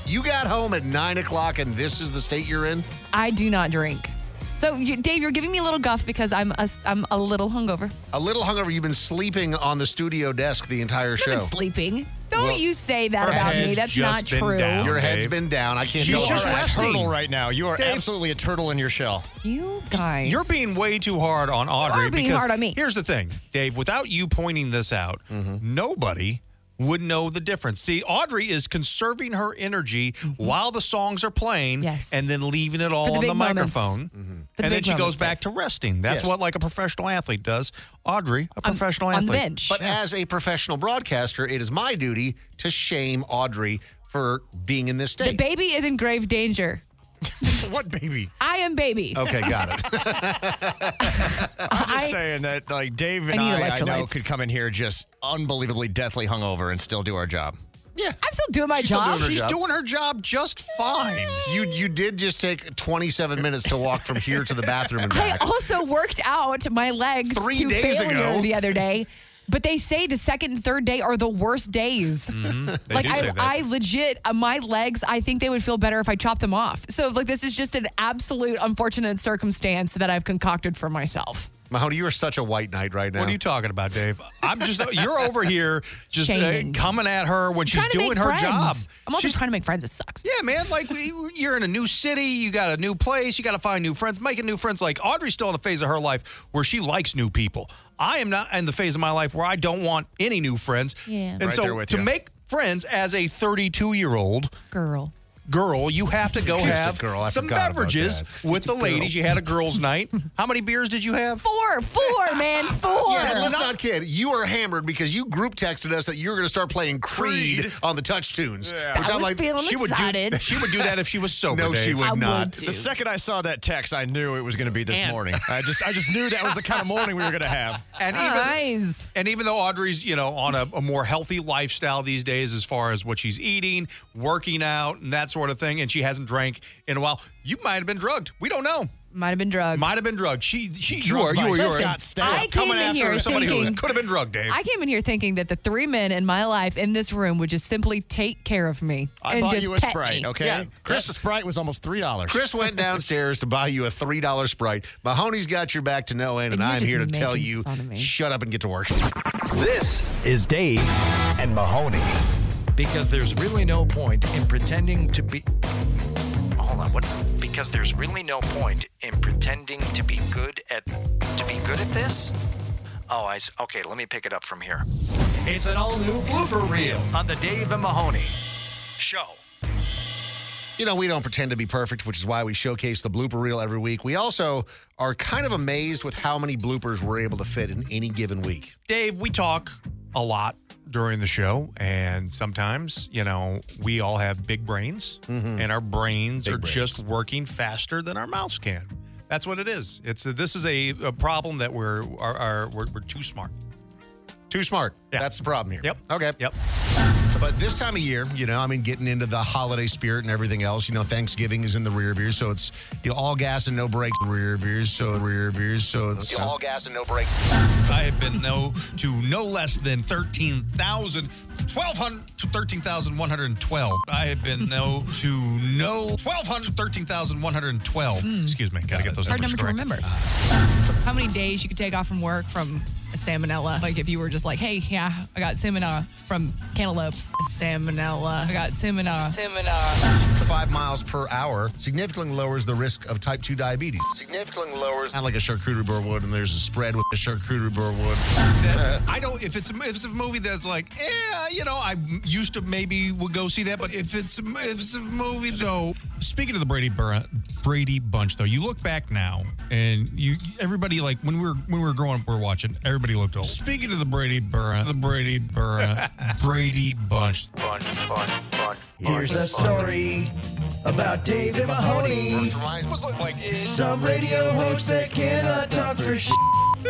Speaker 3: You got home at nine o'clock, and this is the state you're in.
Speaker 7: I do not drink. So, you, Dave, you're giving me a little guff because I'm a, I'm a little hungover.
Speaker 3: A little hungover. You've been sleeping on the studio desk the entire
Speaker 7: I've
Speaker 3: show.
Speaker 7: been sleeping. Don't
Speaker 3: Well,
Speaker 7: you say that
Speaker 3: her
Speaker 7: about me.
Speaker 3: head's
Speaker 7: That's not true.
Speaker 3: Your head's
Speaker 22: Dave.
Speaker 3: been down. I can't
Speaker 22: You
Speaker 3: tell.
Speaker 22: are
Speaker 3: She's
Speaker 22: a
Speaker 3: resting.
Speaker 22: turtle right now. You are
Speaker 3: Dave.
Speaker 22: absolutely a turtle in your shell.
Speaker 7: You guys.
Speaker 4: You're being way too hard on Audrey.
Speaker 7: are being
Speaker 4: because
Speaker 7: hard on me.
Speaker 4: Here's the thing, Dave. Without you pointing this out,
Speaker 22: Mm-hmm.
Speaker 4: nobody would know the difference. See, Audrey is conserving her energy while the songs are playing,
Speaker 7: Mm-hmm. Yes.
Speaker 4: and then leaving it all
Speaker 7: For the
Speaker 4: on
Speaker 7: big
Speaker 4: the
Speaker 7: moments.
Speaker 4: microphone,
Speaker 22: Mm-hmm.
Speaker 7: For the
Speaker 4: and then
Speaker 7: big
Speaker 4: she
Speaker 7: moments,
Speaker 4: goes back to resting. That's
Speaker 3: Yes.
Speaker 4: what like a professional athlete does. Audrey, a professional
Speaker 7: on the
Speaker 4: athlete,
Speaker 7: bench.
Speaker 3: But as a professional broadcaster, it is my duty to shame Audrey for being in this
Speaker 7: The
Speaker 3: state.
Speaker 7: baby is in grave danger.
Speaker 4: what baby?
Speaker 7: I am baby.
Speaker 3: okay, got it.
Speaker 22: I'm just
Speaker 7: I-
Speaker 22: saying that like Dave and
Speaker 7: I need
Speaker 22: I, I, know
Speaker 7: electrolytes.
Speaker 22: could come in here just unbelievably deathly hungover and still do our job.
Speaker 3: Yeah,
Speaker 7: I'm still doing my
Speaker 3: She's still
Speaker 7: job.
Speaker 3: doing her
Speaker 4: She's
Speaker 3: job.
Speaker 4: doing her job just fine.
Speaker 3: you you did just take 27 minutes to walk from here to the bathroom and
Speaker 7: I
Speaker 3: back.
Speaker 7: also worked out my legs
Speaker 3: Three
Speaker 7: to
Speaker 3: days
Speaker 7: failure
Speaker 3: ago.
Speaker 7: the other day. But they say the second and third day are the worst days.
Speaker 4: Mm-hmm. They
Speaker 7: like
Speaker 4: do say
Speaker 7: I,
Speaker 4: that.
Speaker 7: I legit, uh, my legs. I think they would feel better if I chopped them off. So like this is just an absolute unfortunate circumstance that I've concocted for myself.
Speaker 3: Mahoney, you are such a white knight right now.
Speaker 4: What are you talking about, Dave? I'm just you're over here just uh,
Speaker 7: Shaming.
Speaker 4: coming at her when she's
Speaker 7: trying to
Speaker 4: doing
Speaker 7: make
Speaker 4: her
Speaker 7: friends.
Speaker 4: job.
Speaker 7: I'm also
Speaker 4: She's-
Speaker 7: trying to make friends. It sucks.
Speaker 4: Yeah, man. Like we, you're in a new city, you got a new place, you got to find new friends, making new friends. Like Audrey's still in the phase of her life where she likes new people. I am not in the phase of my life where I don't want any new friends.
Speaker 7: Yeah.
Speaker 4: and
Speaker 22: Right
Speaker 4: so
Speaker 22: there with
Speaker 4: to
Speaker 22: you.
Speaker 4: make friends as a 32 year old
Speaker 7: Girl.
Speaker 4: girl, you have to go
Speaker 3: Just a
Speaker 4: have
Speaker 3: girl, I
Speaker 4: some
Speaker 3: forgot about
Speaker 4: beverages
Speaker 3: that.
Speaker 4: with
Speaker 3: Just a
Speaker 4: the ladies.
Speaker 3: girl.
Speaker 4: You had a girls' night. How many beers did you have?
Speaker 7: Four, four, man, four.
Speaker 3: Yeah, but let's not kid. You are hammered because you group texted us that you were going to start playing Creed,
Speaker 4: Creed.
Speaker 3: on the touch tunes. Which
Speaker 7: I
Speaker 3: I'm
Speaker 7: was
Speaker 3: like,
Speaker 7: feeling
Speaker 4: She would do.
Speaker 7: excited.
Speaker 4: She would do that if she was sober.
Speaker 3: no, she
Speaker 4: Dave.
Speaker 3: would
Speaker 7: I would
Speaker 3: not.
Speaker 7: too.
Speaker 22: The second I saw that text, I knew it was going to be this morning. I just I just knew that was the kind of morning we were going to have.
Speaker 4: And even
Speaker 7: Eyes.
Speaker 4: And even though Audrey's, you know, on a, a more healthy lifestyle these days as far as what she's eating, working out, and that sort of thing, and she hasn't drank in a while, you might have been drugged. We don't know.
Speaker 7: Might have been drugged.
Speaker 4: Might have been drugged. She, she,
Speaker 22: Drugged
Speaker 4: you are, you
Speaker 22: by
Speaker 4: are, you are
Speaker 22: Scott Stapp.
Speaker 4: Yeah,
Speaker 7: I
Speaker 4: coming
Speaker 7: came in
Speaker 4: after
Speaker 7: here
Speaker 4: somebody who
Speaker 7: thinking-
Speaker 4: could have been drugged, Dave.
Speaker 7: I came in here thinking that the three men in my life in this room would just simply take care of me
Speaker 22: I
Speaker 7: and
Speaker 22: bought
Speaker 7: just
Speaker 22: you a
Speaker 7: pet
Speaker 22: sprite,
Speaker 7: me.
Speaker 22: okay?
Speaker 3: Yeah,
Speaker 22: Chris
Speaker 3: Chris-
Speaker 22: Sprite was almost three dollars.
Speaker 3: Chris went downstairs to buy you a $3 Sprite. Mahoney's got your back to no end, and,
Speaker 7: And you're
Speaker 3: I'm
Speaker 7: just
Speaker 3: here to tell
Speaker 7: making
Speaker 3: you
Speaker 7: fun of me.
Speaker 3: shut up and get to work.
Speaker 5: This is Dave and Mahoney. Because there's really no point in pretending to be. Hold on, what? Because there's really no point in pretending to be good at to be good at this. Oh, I s- okay. Let me pick it up from here. It's an all new blooper reel on the Dave and Mahoney show.
Speaker 3: you know, we don't pretend to be perfect, which is why we showcase the blooper reel every week. We also are kind of amazed with how many bloopers we're able to fit in any given week.
Speaker 4: Dave, we talk a lot during the show, and sometimes, you know, we all have big brains, and our brains are just working faster than our mouths can. That's what it is. It's a, this is a, a problem that we're are, are we're, we're too smart.
Speaker 3: Too smart. That's the problem here.
Speaker 4: Yep.
Speaker 3: Okay.
Speaker 4: Yep.
Speaker 3: But this time of year, you know, I mean, getting into the holiday spirit and everything else, you know, Thanksgiving is in the rear view, so it's you know, all gas and no brakes. Rear view, so rear view, so it's all gas and no brakes.
Speaker 4: I have been no to no less than 13,000 1200 to 13,112. I have been no to no 1200 to 13,112. Excuse me. Got to get those
Speaker 7: Hmm. Hard
Speaker 4: numbers
Speaker 7: number to
Speaker 4: correct.
Speaker 7: remember. How many days you could take off from work from salmonella? Like if you were just like, hey, yeah, I got salmonella from cantaloupe. Salmonella. I got salmonella. Salmonella.
Speaker 3: Five miles per hour significantly lowers the risk of type 2 diabetes. Significantly lowers. Kind of like a charcuterie board would, and there's a spread with a charcuterie board wood.
Speaker 4: That- I don't. If it's a- if it's a movie that's like, yeah, you know, I used to maybe would go see that, but if it's if it's a movie though. Speaking of the Brady Bur- Brady Bunch though, you look back now and you everybody like when we were when we were growing up, we are watching. Everybody looked old. Speaking of the Brady Bunch, the Brady Bunch, Brady Bunch, Bunch, Bunch, Bunch.
Speaker 5: Here's a story about David Mahoney. Some radio host that cannot talk for shit.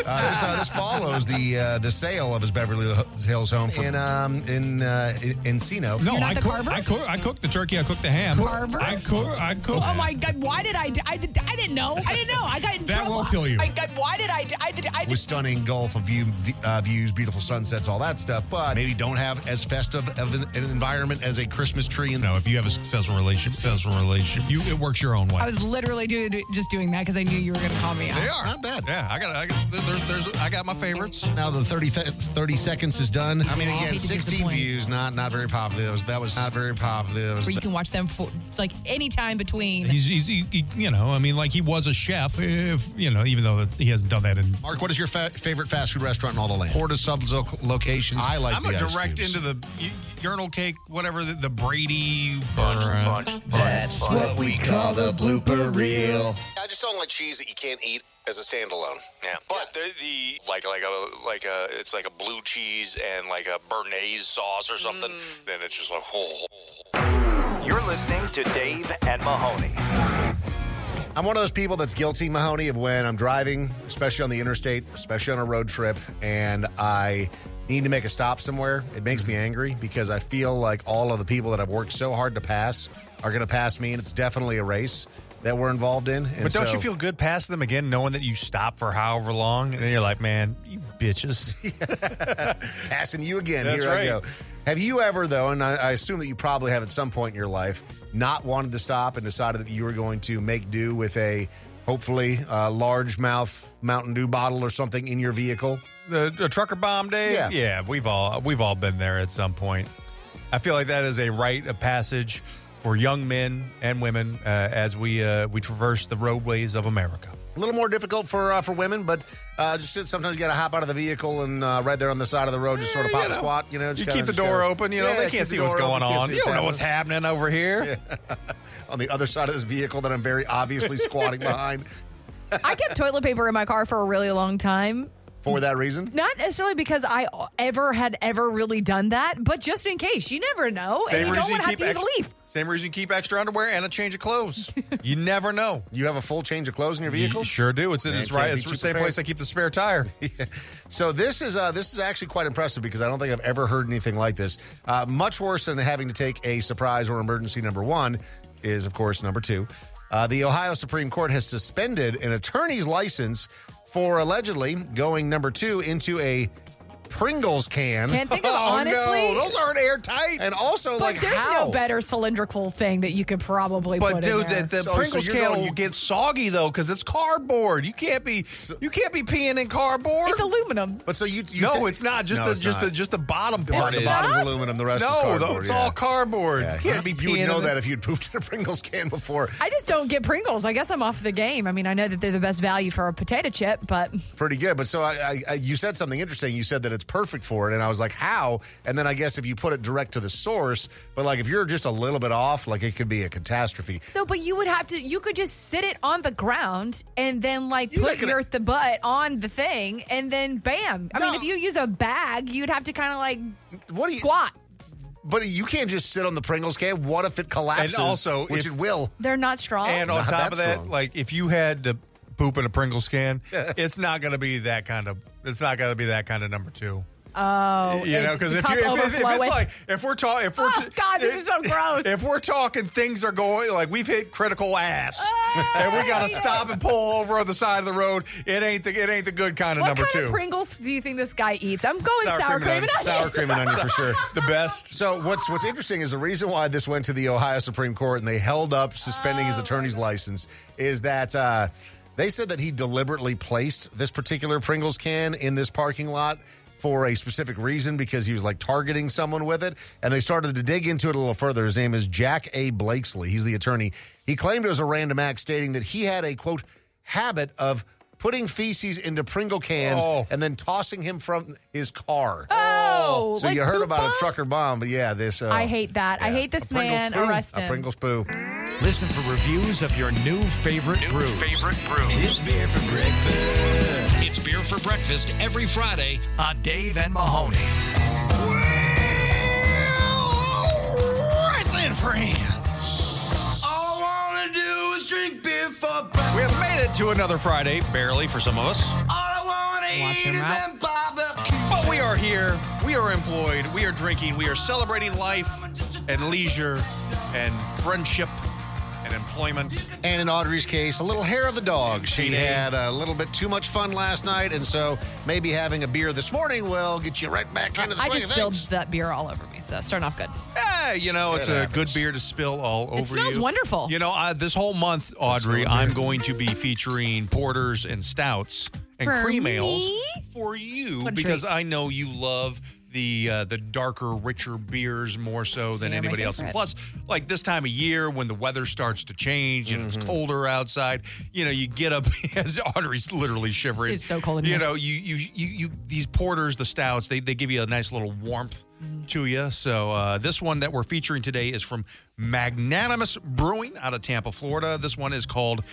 Speaker 3: Uh, this, uh, this follows the uh, the sale of his Beverly Hills home in um, in uh, in- Encino.
Speaker 4: No, I cook, I cook. I cook the turkey. I cook the ham.
Speaker 7: Carver?
Speaker 4: I cook. I cook.
Speaker 7: Oh my God! Why did I? d- I, did, I didn't know. I didn't know. I got in
Speaker 3: That
Speaker 7: trouble.
Speaker 3: will kill you.
Speaker 7: I got, why did I? d- I did. I did.
Speaker 3: With stunning Gulf of view, uh, views, beautiful sunsets, all that stuff, but maybe don't have as festive of an, an environment as a Christmas tree. And
Speaker 4: No, if you have a successful relationship, successful relationship, you it works your own way.
Speaker 7: I was literally do, do- just doing that because I knew you were going to call me out.
Speaker 4: They are. Not
Speaker 3: bad.
Speaker 4: Yeah, I got. I got there's, there's. I got my favorites.
Speaker 3: now the 30, fe- 30 seconds is done. I mean,
Speaker 7: Happy
Speaker 3: again,
Speaker 7: to
Speaker 3: sixteen
Speaker 7: disappoint.
Speaker 3: views, not not very popular. That was, that was not very popular. That was-
Speaker 7: Where you can watch them for like any time between.
Speaker 4: He's, he's he, he- you know, I mean, like he was a chef. If you know, even though he hasn't done that in.
Speaker 3: Mark, what is your fa- favorite fast food restaurant in all the land? Four to sub lo- locations. I like.
Speaker 4: I'm
Speaker 3: the
Speaker 4: a
Speaker 3: ice
Speaker 4: direct
Speaker 3: cubes.
Speaker 4: into the u- urinal cake, whatever the, the Brady bunch, bunch.
Speaker 5: That's what we call the blooper reel.
Speaker 3: I just don't like cheese that you can't eat as a standalone.
Speaker 16: Yeah, but the, the like like a like a it's like a blue cheese and like a béarnaise sauce or something. Then it's just like oh.
Speaker 1: You're listening to Dave and Mahoney.
Speaker 3: I'm one of those people that's guilty, Mahoney, of when I'm driving, especially on the interstate, especially on a road trip, and I need to make a stop somewhere. It makes me angry because I feel like all of the people that I've worked so hard to pass are going to pass me, and it's definitely a race that we're involved in. And
Speaker 4: But don't
Speaker 3: so-
Speaker 4: you feel good past them again, knowing that you stop for however long, and then you're like, man, you bitches.
Speaker 3: passing you again?
Speaker 4: That's
Speaker 3: Here I
Speaker 4: right.
Speaker 3: go. Have you ever, though, and I, I assume that you probably have at some point in your life, not wanted to stop and decided that you were going to make do with a hopefully uh, large mouth Mountain Dew bottle or something in your vehicle?
Speaker 4: the, the trucker bomb day.
Speaker 3: Yeah.
Speaker 4: yeah, we've all we've all been there at some point. I feel like that is a rite of passage for young men and women uh, as we uh, we traverse the roadways of America.
Speaker 3: A little more difficult for uh, for women, but uh, just sometimes you got to hop out of the vehicle and uh, right there on the side of the road, just sort of pop
Speaker 4: Eh, you know,
Speaker 3: squat. You know, just
Speaker 4: You
Speaker 3: kinda-
Speaker 4: keep the
Speaker 3: just
Speaker 4: door
Speaker 3: kinda-
Speaker 4: open, you know,
Speaker 3: Yeah,
Speaker 4: they
Speaker 3: keep
Speaker 4: can't
Speaker 3: the
Speaker 4: see what's
Speaker 3: door
Speaker 4: going
Speaker 3: open, can't
Speaker 4: on.
Speaker 3: see
Speaker 4: You don't know what's happening over here.
Speaker 3: on the other side of this vehicle that I'm very obviously squatting behind
Speaker 7: I kept toilet paper in my car for a really long time.
Speaker 3: for that reason.
Speaker 7: Not necessarily because I ever had ever really done that, but just in case. You never know. and you don't want to have to use
Speaker 4: ex-
Speaker 7: a leaf.
Speaker 4: Same reason you keep extra underwear and a change of clothes. you never know.
Speaker 3: You have a full change of clothes in your
Speaker 4: You
Speaker 3: vehicle?
Speaker 4: sure do. It's in
Speaker 3: Man,
Speaker 4: it's
Speaker 3: can't
Speaker 4: right.
Speaker 3: be
Speaker 4: It's the
Speaker 3: too
Speaker 4: same
Speaker 3: prepared.
Speaker 4: place I keep the spare tire.
Speaker 3: So this is uh, this is actually quite impressive because I don't think I've ever heard anything like this. Uh, much worse than having to take a surprise or emergency number one is, of course, number two. Uh, the Ohio Supreme Court has suspended an attorney's license for allegedly going number two into a Pringles can.
Speaker 7: Can't think of honestly.
Speaker 4: aren't airtight.
Speaker 3: And also,
Speaker 7: but
Speaker 3: like,
Speaker 7: there's
Speaker 3: how?
Speaker 7: no better cylindrical thing that you could probably
Speaker 4: But
Speaker 7: put
Speaker 4: dude,
Speaker 7: in there.
Speaker 4: the, the
Speaker 3: So- so
Speaker 4: Pringles
Speaker 3: you're
Speaker 4: can
Speaker 3: going-
Speaker 4: will get soggy though because it's cardboard. You can't be you can't be peeing in cardboard.
Speaker 7: it's aluminum.
Speaker 3: But so you, you
Speaker 4: no,
Speaker 3: ta-
Speaker 4: it's not just
Speaker 3: No,
Speaker 4: the
Speaker 3: it's
Speaker 4: just
Speaker 3: not.
Speaker 4: the just the bottom
Speaker 3: The
Speaker 4: part.
Speaker 3: bottom- the
Speaker 4: is-
Speaker 3: bottom's aluminum, the rest
Speaker 4: no,
Speaker 3: is cardboard.
Speaker 4: though, it's
Speaker 3: yeah.
Speaker 4: all cardboard.
Speaker 3: Yeah.
Speaker 4: You can't be
Speaker 3: you
Speaker 4: peeing
Speaker 3: would know
Speaker 4: in
Speaker 3: that
Speaker 4: the-
Speaker 3: if you'd pooped in a Pringles can before.
Speaker 7: I just don't get Pringles. I guess I'm off the game. I mean, I know that they're the best value for a potato chip, but
Speaker 3: Pretty good. But so I, I, I you said something interesting. You said that it's perfect for it. And I was like, how? And then I guess if you put it direct to the source, but like if you're just a little bit off, like it could be a catastrophe.
Speaker 7: So, but you would have to, you could just sit it on the ground and then like put your the butt on the thing and then bam. I mean, if you use a bag, you'd have to kind of like
Speaker 3: what do you,
Speaker 7: squat.
Speaker 3: But you can't just sit on the Pringles can. What if it collapses?
Speaker 4: And also,
Speaker 3: which
Speaker 4: if-
Speaker 3: it will.
Speaker 7: They're not strong.
Speaker 4: And on
Speaker 3: Nah,
Speaker 4: top of
Speaker 3: that's
Speaker 4: that,
Speaker 3: wrong.
Speaker 4: like if you had to poop in a Pringles can, it's not going to be that kind of. It's not going to be that kind of number two.
Speaker 7: Oh,
Speaker 4: you know,
Speaker 7: and
Speaker 4: because
Speaker 7: the
Speaker 4: if,
Speaker 7: cup
Speaker 4: you, if, if, if
Speaker 7: overflowing.
Speaker 4: it's like if we're talking, if we're
Speaker 7: Oh, God, this is so gross.
Speaker 4: If we're talking, things are going like we've hit critical ass,
Speaker 7: Oh,
Speaker 4: and we got to stop and pull over on the side of the road. It ain't the it ain't the good kind of
Speaker 7: what
Speaker 4: number
Speaker 7: kind
Speaker 4: two.
Speaker 7: of Pringles do you think this guy eats? I'm going sour, cream and onion.
Speaker 3: sour cream and onion for sure.
Speaker 4: The best.
Speaker 3: So what's what's interesting is the reason why this went to the Ohio Supreme Court and they held up suspending his attorney's license is that uh, they said that he deliberately placed this particular Pringles can in this parking lot for a specific reason because he was like targeting someone with it and they started to dig into it a little further his name is Jack A Blakesley he's the attorney he claimed it was a random act stating that he had a quote habit of putting feces into Pringle cans
Speaker 4: Oh.
Speaker 3: and then tossing him from his car
Speaker 7: Oh,
Speaker 3: so
Speaker 7: like
Speaker 3: you heard
Speaker 7: poop
Speaker 3: about
Speaker 7: bombs?
Speaker 3: a trucker bomb, but yeah, this. Uh,
Speaker 7: I hate that. I hate this
Speaker 3: Pringles
Speaker 7: man.
Speaker 3: poo.
Speaker 7: Arrest
Speaker 3: A
Speaker 7: him.
Speaker 3: Pringles poo.
Speaker 5: Listen for reviews of your new favorite new brews. favorite brew. It's beer for breakfast. It's beer for breakfast every Friday on Dave and Mahoney.
Speaker 10: Right then, friends. All I wanna do is drink beer for breakfast.
Speaker 4: We have made it to another Friday, barely for some of us.
Speaker 10: All I wanna eat is them barbecue.
Speaker 4: But we are here. We are employed. We are drinking. We are celebrating life and leisure and friendship and employment.
Speaker 3: And in Audrey's case, a little hair of the dog. She
Speaker 4: Payday.
Speaker 3: had a little bit too much fun last night, and so maybe having a beer this morning will get you right back into the
Speaker 7: I
Speaker 3: swing
Speaker 7: just
Speaker 3: of
Speaker 7: spilled
Speaker 3: things.
Speaker 7: that beer all over me, so starting off good.
Speaker 4: Yeah, you know, Oh, it's a good beer to spill all over
Speaker 7: smells
Speaker 4: you.
Speaker 7: wonderful.
Speaker 4: You know, I, this whole month, Audrey, I'm going to be featuring porters and stouts and
Speaker 7: For
Speaker 4: cream
Speaker 7: me?
Speaker 4: ales for you
Speaker 7: What a
Speaker 4: because
Speaker 7: treat.
Speaker 4: I know you love the uh, the darker, richer beers more so
Speaker 7: They're
Speaker 4: than
Speaker 7: my
Speaker 4: anybody else. And
Speaker 7: favorite.
Speaker 4: plus, like this time of year when the weather starts to change and it's colder outside, you know, you get up as Audrey's literally shivering.
Speaker 7: It's so cold in
Speaker 4: You
Speaker 7: here.
Speaker 4: know, you you you, you these porters, the stouts, they, they give you a nice little warmth
Speaker 7: Mm-hmm.
Speaker 4: to you. So uh, this one that we're featuring today is from Magnanimous Brewing out of Tampa, Florida. This one is called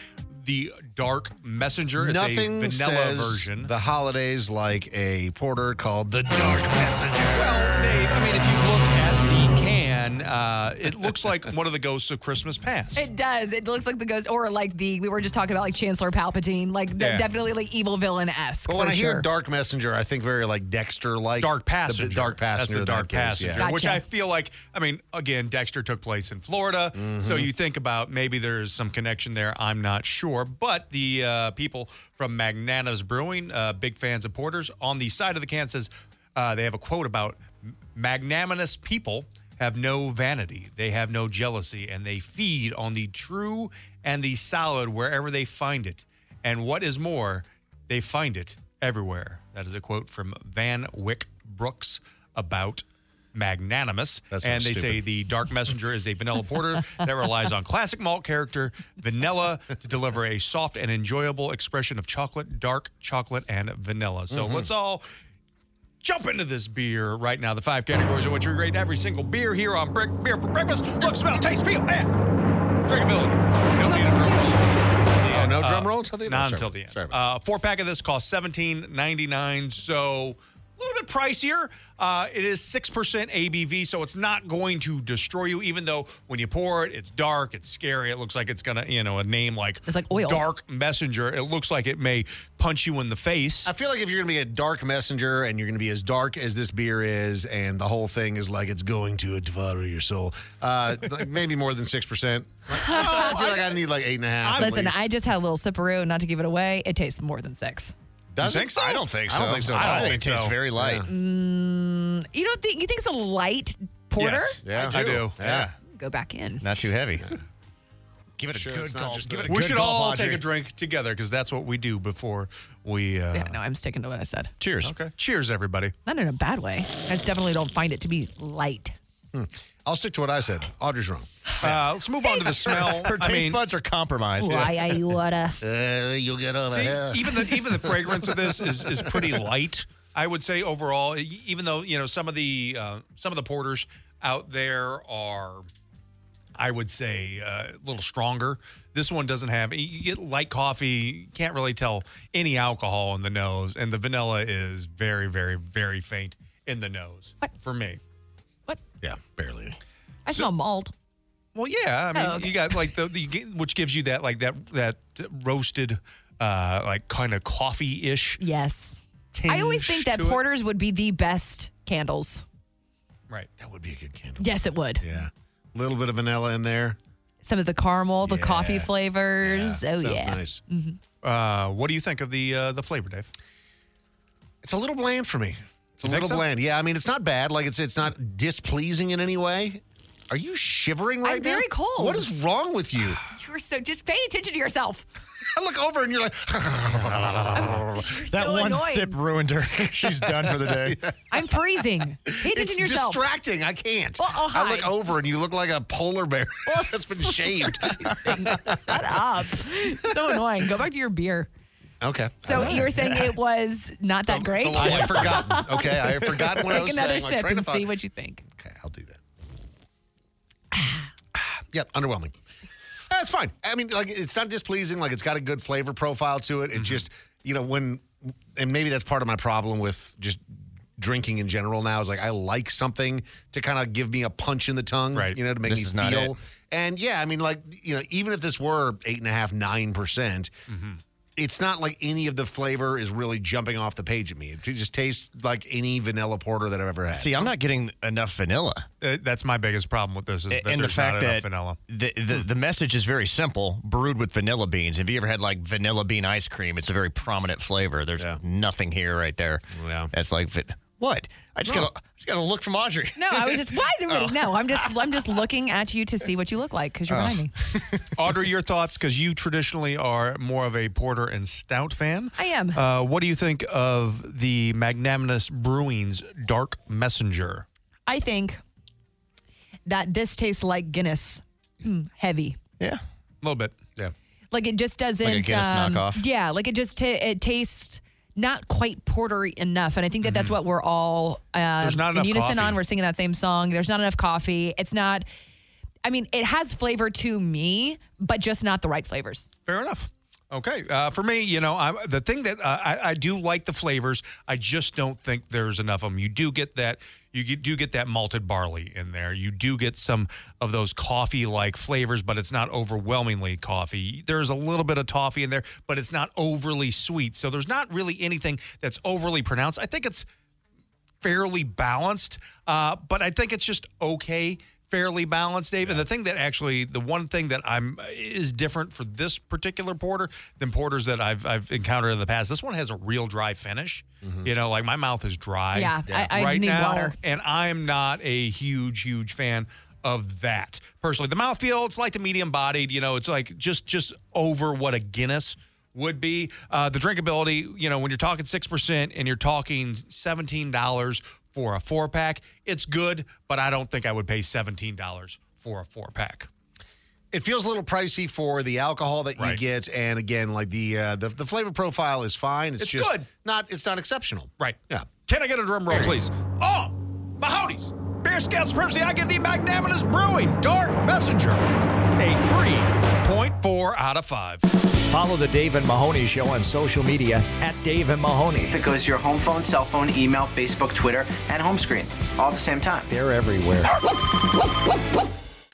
Speaker 4: the Dark Messenger. It's
Speaker 3: Nothing
Speaker 4: a vanilla
Speaker 3: says
Speaker 4: version.
Speaker 3: the holidays like a porter called the Dark Messenger.
Speaker 4: Well, Dave, I mean, if you look at the can, uh, it looks like one of the ghosts of Christmas past.
Speaker 7: It does. It looks like the ghost, or like the we were just talking about, like Chancellor Palpatine, like the,
Speaker 3: Yeah.
Speaker 7: definitely like evil villain esque.
Speaker 3: But when I
Speaker 7: sure.
Speaker 3: hear Dark Messenger, I think very like Dexter, like
Speaker 4: Dark Passenger.
Speaker 3: The dark Passenger.
Speaker 4: That's
Speaker 3: in
Speaker 4: the
Speaker 3: that
Speaker 4: Dark
Speaker 3: case, yeah.
Speaker 4: Passenger, which I feel like, I mean, again, Dexter took place in Florida. So you think about maybe there's some connection there. I'm not sure. But the uh, people from Magnana's Brewing, uh, big fans of porters, on the side of the can says uh, they have a quote about magnanimous people have no vanity, they have no jealousy, and they feed on the true and the solid wherever they find it. And what is more, they find it everywhere. That is a quote from Van Wyck Brooks about magnanimous.
Speaker 3: That
Speaker 4: and
Speaker 3: sounds
Speaker 4: they say
Speaker 3: stupid.
Speaker 4: the Dark Messenger is a vanilla porter that relies on classic malt character, vanilla, to deliver a soft and enjoyable expression of chocolate, dark chocolate, and vanilla. So
Speaker 3: Mhm.
Speaker 4: let's all jump into this beer right now. The five categories in which we rate every single beer here on Brick Beer for Breakfast. Look, smell, taste, feel, and drinkability. We don't need a drum roll.
Speaker 3: Oh, no drum roll until the end?
Speaker 4: Not
Speaker 3: Sorry.
Speaker 4: until the end.
Speaker 3: Sorry
Speaker 4: Uh, four pack of this costs seventeen ninety nine, so a little bit pricier. Uh, it is six percent ABV, so it's not going to destroy you. Even though when you pour it, it's dark, it's scary. It looks like it's gonna, you know, a name like
Speaker 7: It's like oil.
Speaker 4: Dark Messenger. It looks like it may punch you in the face.
Speaker 7: Uh,
Speaker 3: I feel like if you're going to be a dark messenger and you're going to be as dark as this beer is, and the whole thing is like it's going to devour your soul, uh, like maybe more than 6%. I feel like I need like eight and a half. at
Speaker 7: Listen,
Speaker 3: least.
Speaker 7: I just had a little sipperoo, not to give it away. It tastes more than six.
Speaker 3: Does
Speaker 4: You
Speaker 3: it?
Speaker 4: think so? I don't think
Speaker 3: I
Speaker 4: so.
Speaker 3: don't think so.
Speaker 4: I don't
Speaker 3: at all.
Speaker 4: think It tastes so. very light.
Speaker 3: Yeah.
Speaker 7: Mm, you don't think you think it's a light porter?
Speaker 4: Yes. Yeah. I do. Yeah.
Speaker 7: Go back in.
Speaker 4: Not too heavy.
Speaker 3: Give it a
Speaker 4: Sure,
Speaker 3: good
Speaker 4: it's not
Speaker 3: gulp.
Speaker 4: just
Speaker 3: Give
Speaker 4: the-
Speaker 3: it a
Speaker 4: we
Speaker 3: good
Speaker 4: should
Speaker 3: gulp,
Speaker 4: all
Speaker 3: Audrey.
Speaker 4: take a drink together because that's what we do before we. Uh,
Speaker 7: Yeah, no, I'm sticking to what I said.
Speaker 4: Cheers. Okay. Cheers, everybody.
Speaker 7: Not in a bad way. I just definitely don't find it to be light.
Speaker 3: I'll stick to what I said. Audrey's wrong.
Speaker 4: Uh, let's move on to the smell.
Speaker 3: Her taste buds
Speaker 4: are compromised.
Speaker 7: water?
Speaker 3: Uh, you'll get over
Speaker 4: See, even the even the fragrance of this is is pretty light. I would say overall, e- even though you know some of the uh, some of the porters out there are, I would say, uh, a little stronger. This one doesn't have. You get light coffee. You can't really tell any alcohol in the nose, and the vanilla is very, very, very faint in the nose for me.
Speaker 7: What?
Speaker 3: Yeah, barely.
Speaker 7: I smell malt.
Speaker 4: Well, yeah. I
Speaker 7: Oh,
Speaker 4: mean, you got like the, the which gives you that like that that roasted, uh, like kind of coffee ish.
Speaker 7: Yes. I always think that
Speaker 4: to it.
Speaker 7: porters would be the best candles.
Speaker 4: Right.
Speaker 3: That would be a good candle.
Speaker 7: Yes, it would.
Speaker 3: Yeah. Little bit of vanilla in there.
Speaker 7: Some of the caramel, the coffee flavors. oh,
Speaker 3: Sounds
Speaker 7: yeah.
Speaker 3: nice.
Speaker 7: Mhm.
Speaker 4: Uh, what do you think of the uh, the flavor, Dave?
Speaker 3: It's a little bland for me. It's a
Speaker 4: You think
Speaker 3: little
Speaker 4: so?
Speaker 3: bland. Yeah, I mean, it's not bad. Like it's it's not displeasing in any way. Are you shivering right now?
Speaker 7: very cold.
Speaker 3: What is wrong with you?
Speaker 7: You're so just pay attention to yourself.
Speaker 3: I look over and you're like,
Speaker 11: that
Speaker 7: so
Speaker 11: one
Speaker 7: annoying.
Speaker 11: sip ruined her. She's done for the day.
Speaker 7: I'm freezing. Pay attention
Speaker 3: it's
Speaker 7: to yourself.
Speaker 3: distracting. I can't.
Speaker 7: Well, oh,
Speaker 3: I look
Speaker 7: hi.
Speaker 3: over and you look like a polar bear that's been shaved.
Speaker 7: Shut up. so annoying. Go back to your beer.
Speaker 3: okay.
Speaker 7: So you were saying it was not that great.
Speaker 3: I had forgotten. Okay, I had forgotten what I
Speaker 7: Take
Speaker 3: was
Speaker 7: another
Speaker 3: saying. My
Speaker 7: sip
Speaker 3: train of
Speaker 7: and
Speaker 3: thought-
Speaker 7: see what you think.
Speaker 3: Yep, Ah, underwhelming. That's fine. I mean, like it's not displeasing. Like it's got a good flavor profile to
Speaker 22: Mm-hmm.
Speaker 3: it. It just, you know, when and maybe that's part of my problem with just drinking in general now is like I like something to kind of give me a punch in the tongue, right? You know, to make
Speaker 22: This
Speaker 3: me
Speaker 22: is not
Speaker 3: feel.
Speaker 22: it.
Speaker 3: And yeah, I mean, like you know, even if this were eight and a half, nine percent,
Speaker 22: Mm-hmm.
Speaker 3: it's not like any of the flavor is really jumping off the page at me. It just tastes like any vanilla porter that I've ever had.
Speaker 22: See, I'm not getting enough vanilla.
Speaker 4: Uh, that's my biggest problem with this is that
Speaker 22: and the
Speaker 4: there's
Speaker 22: fact
Speaker 4: not enough
Speaker 22: that
Speaker 4: vanilla.
Speaker 22: The, the the message is very simple: brewed with vanilla beans. Have you ever had like vanilla bean ice cream? It's a very prominent flavor. There's nothing here, right there. Yeah, that's like va- what? I just gotta I just gotta look from Audrey.
Speaker 7: No, I was just why is
Speaker 3: Oh.
Speaker 7: everybody? No, I'm just I'm just looking at you to see what you look like because you're
Speaker 4: Oh.
Speaker 7: behind me.
Speaker 4: Audrey, your thoughts because you traditionally are more of a porter and stout fan.
Speaker 7: I am.
Speaker 4: Uh, what do you think of the Magnanimous Brewing's Dark Messenger?
Speaker 7: I think that this tastes like Guinness, Mm, heavy.
Speaker 4: Yeah, a little bit. Yeah,
Speaker 7: Like it just doesn't. um,
Speaker 4: Like a Guinness knockoff.
Speaker 7: Yeah, like it just ta it tastes not quite portery enough, and I think that that's what we're all uh,
Speaker 4: Mm-hmm. There's not
Speaker 7: in
Speaker 4: enough
Speaker 7: unison
Speaker 4: coffee.
Speaker 7: on. We're singing that same song. There's not enough coffee. It's not. I mean, it has flavor to me, but just not the right flavors.
Speaker 4: fair enough. Okay, uh, for me, you know, I'm, the thing that uh, I, I do like the flavors, I just don't think there's enough of them. You do get that, you get, do get that malted barley in there. You do get some of those coffee-like flavors, but it's not overwhelmingly coffee. There's a little bit of toffee in there, but it's not overly sweet. So there's not really anything that's overly pronounced. I think it's fairly balanced, uh, but I think it's just okay, fairly balanced, Dave. And the thing that actually, the one thing that I'm is different for this particular porter than porters that I've I've encountered in the past. This one has a real dry finish. You know, like my mouth is dry.
Speaker 7: Yeah, I- I
Speaker 4: right
Speaker 7: need
Speaker 4: now,
Speaker 7: water.
Speaker 4: and I'm not a huge, huge fan of that personally. The mouthfeel, it's like the medium bodied. You know, it's like just just over what a Guinness would be. Uh, the drinkability, you know, when you're talking six percent and you're talking seventeen dollars for a four pack, it's good, but I don't think I would pay seventeen dollars for a four pack.
Speaker 3: it feels a little pricey for the alcohol that you get, and again, like the uh, the, the flavor profile is fine. It's,
Speaker 4: It's
Speaker 3: just
Speaker 4: good.
Speaker 3: not it's not exceptional.
Speaker 4: Right.
Speaker 3: Yeah.
Speaker 4: Can I get a drum roll, please? Oh, Mahoney's Beer Scouts Percy, I give the Magnanimous Brewing Dark Messenger a 3.4 out of 5.
Speaker 5: Follow the Dave and Mahoney Show on social media at Dave and Mahoney.
Speaker 17: It goes to your home phone, cell phone, email, Facebook, Twitter, and home screen all at the same time.
Speaker 5: They're everywhere.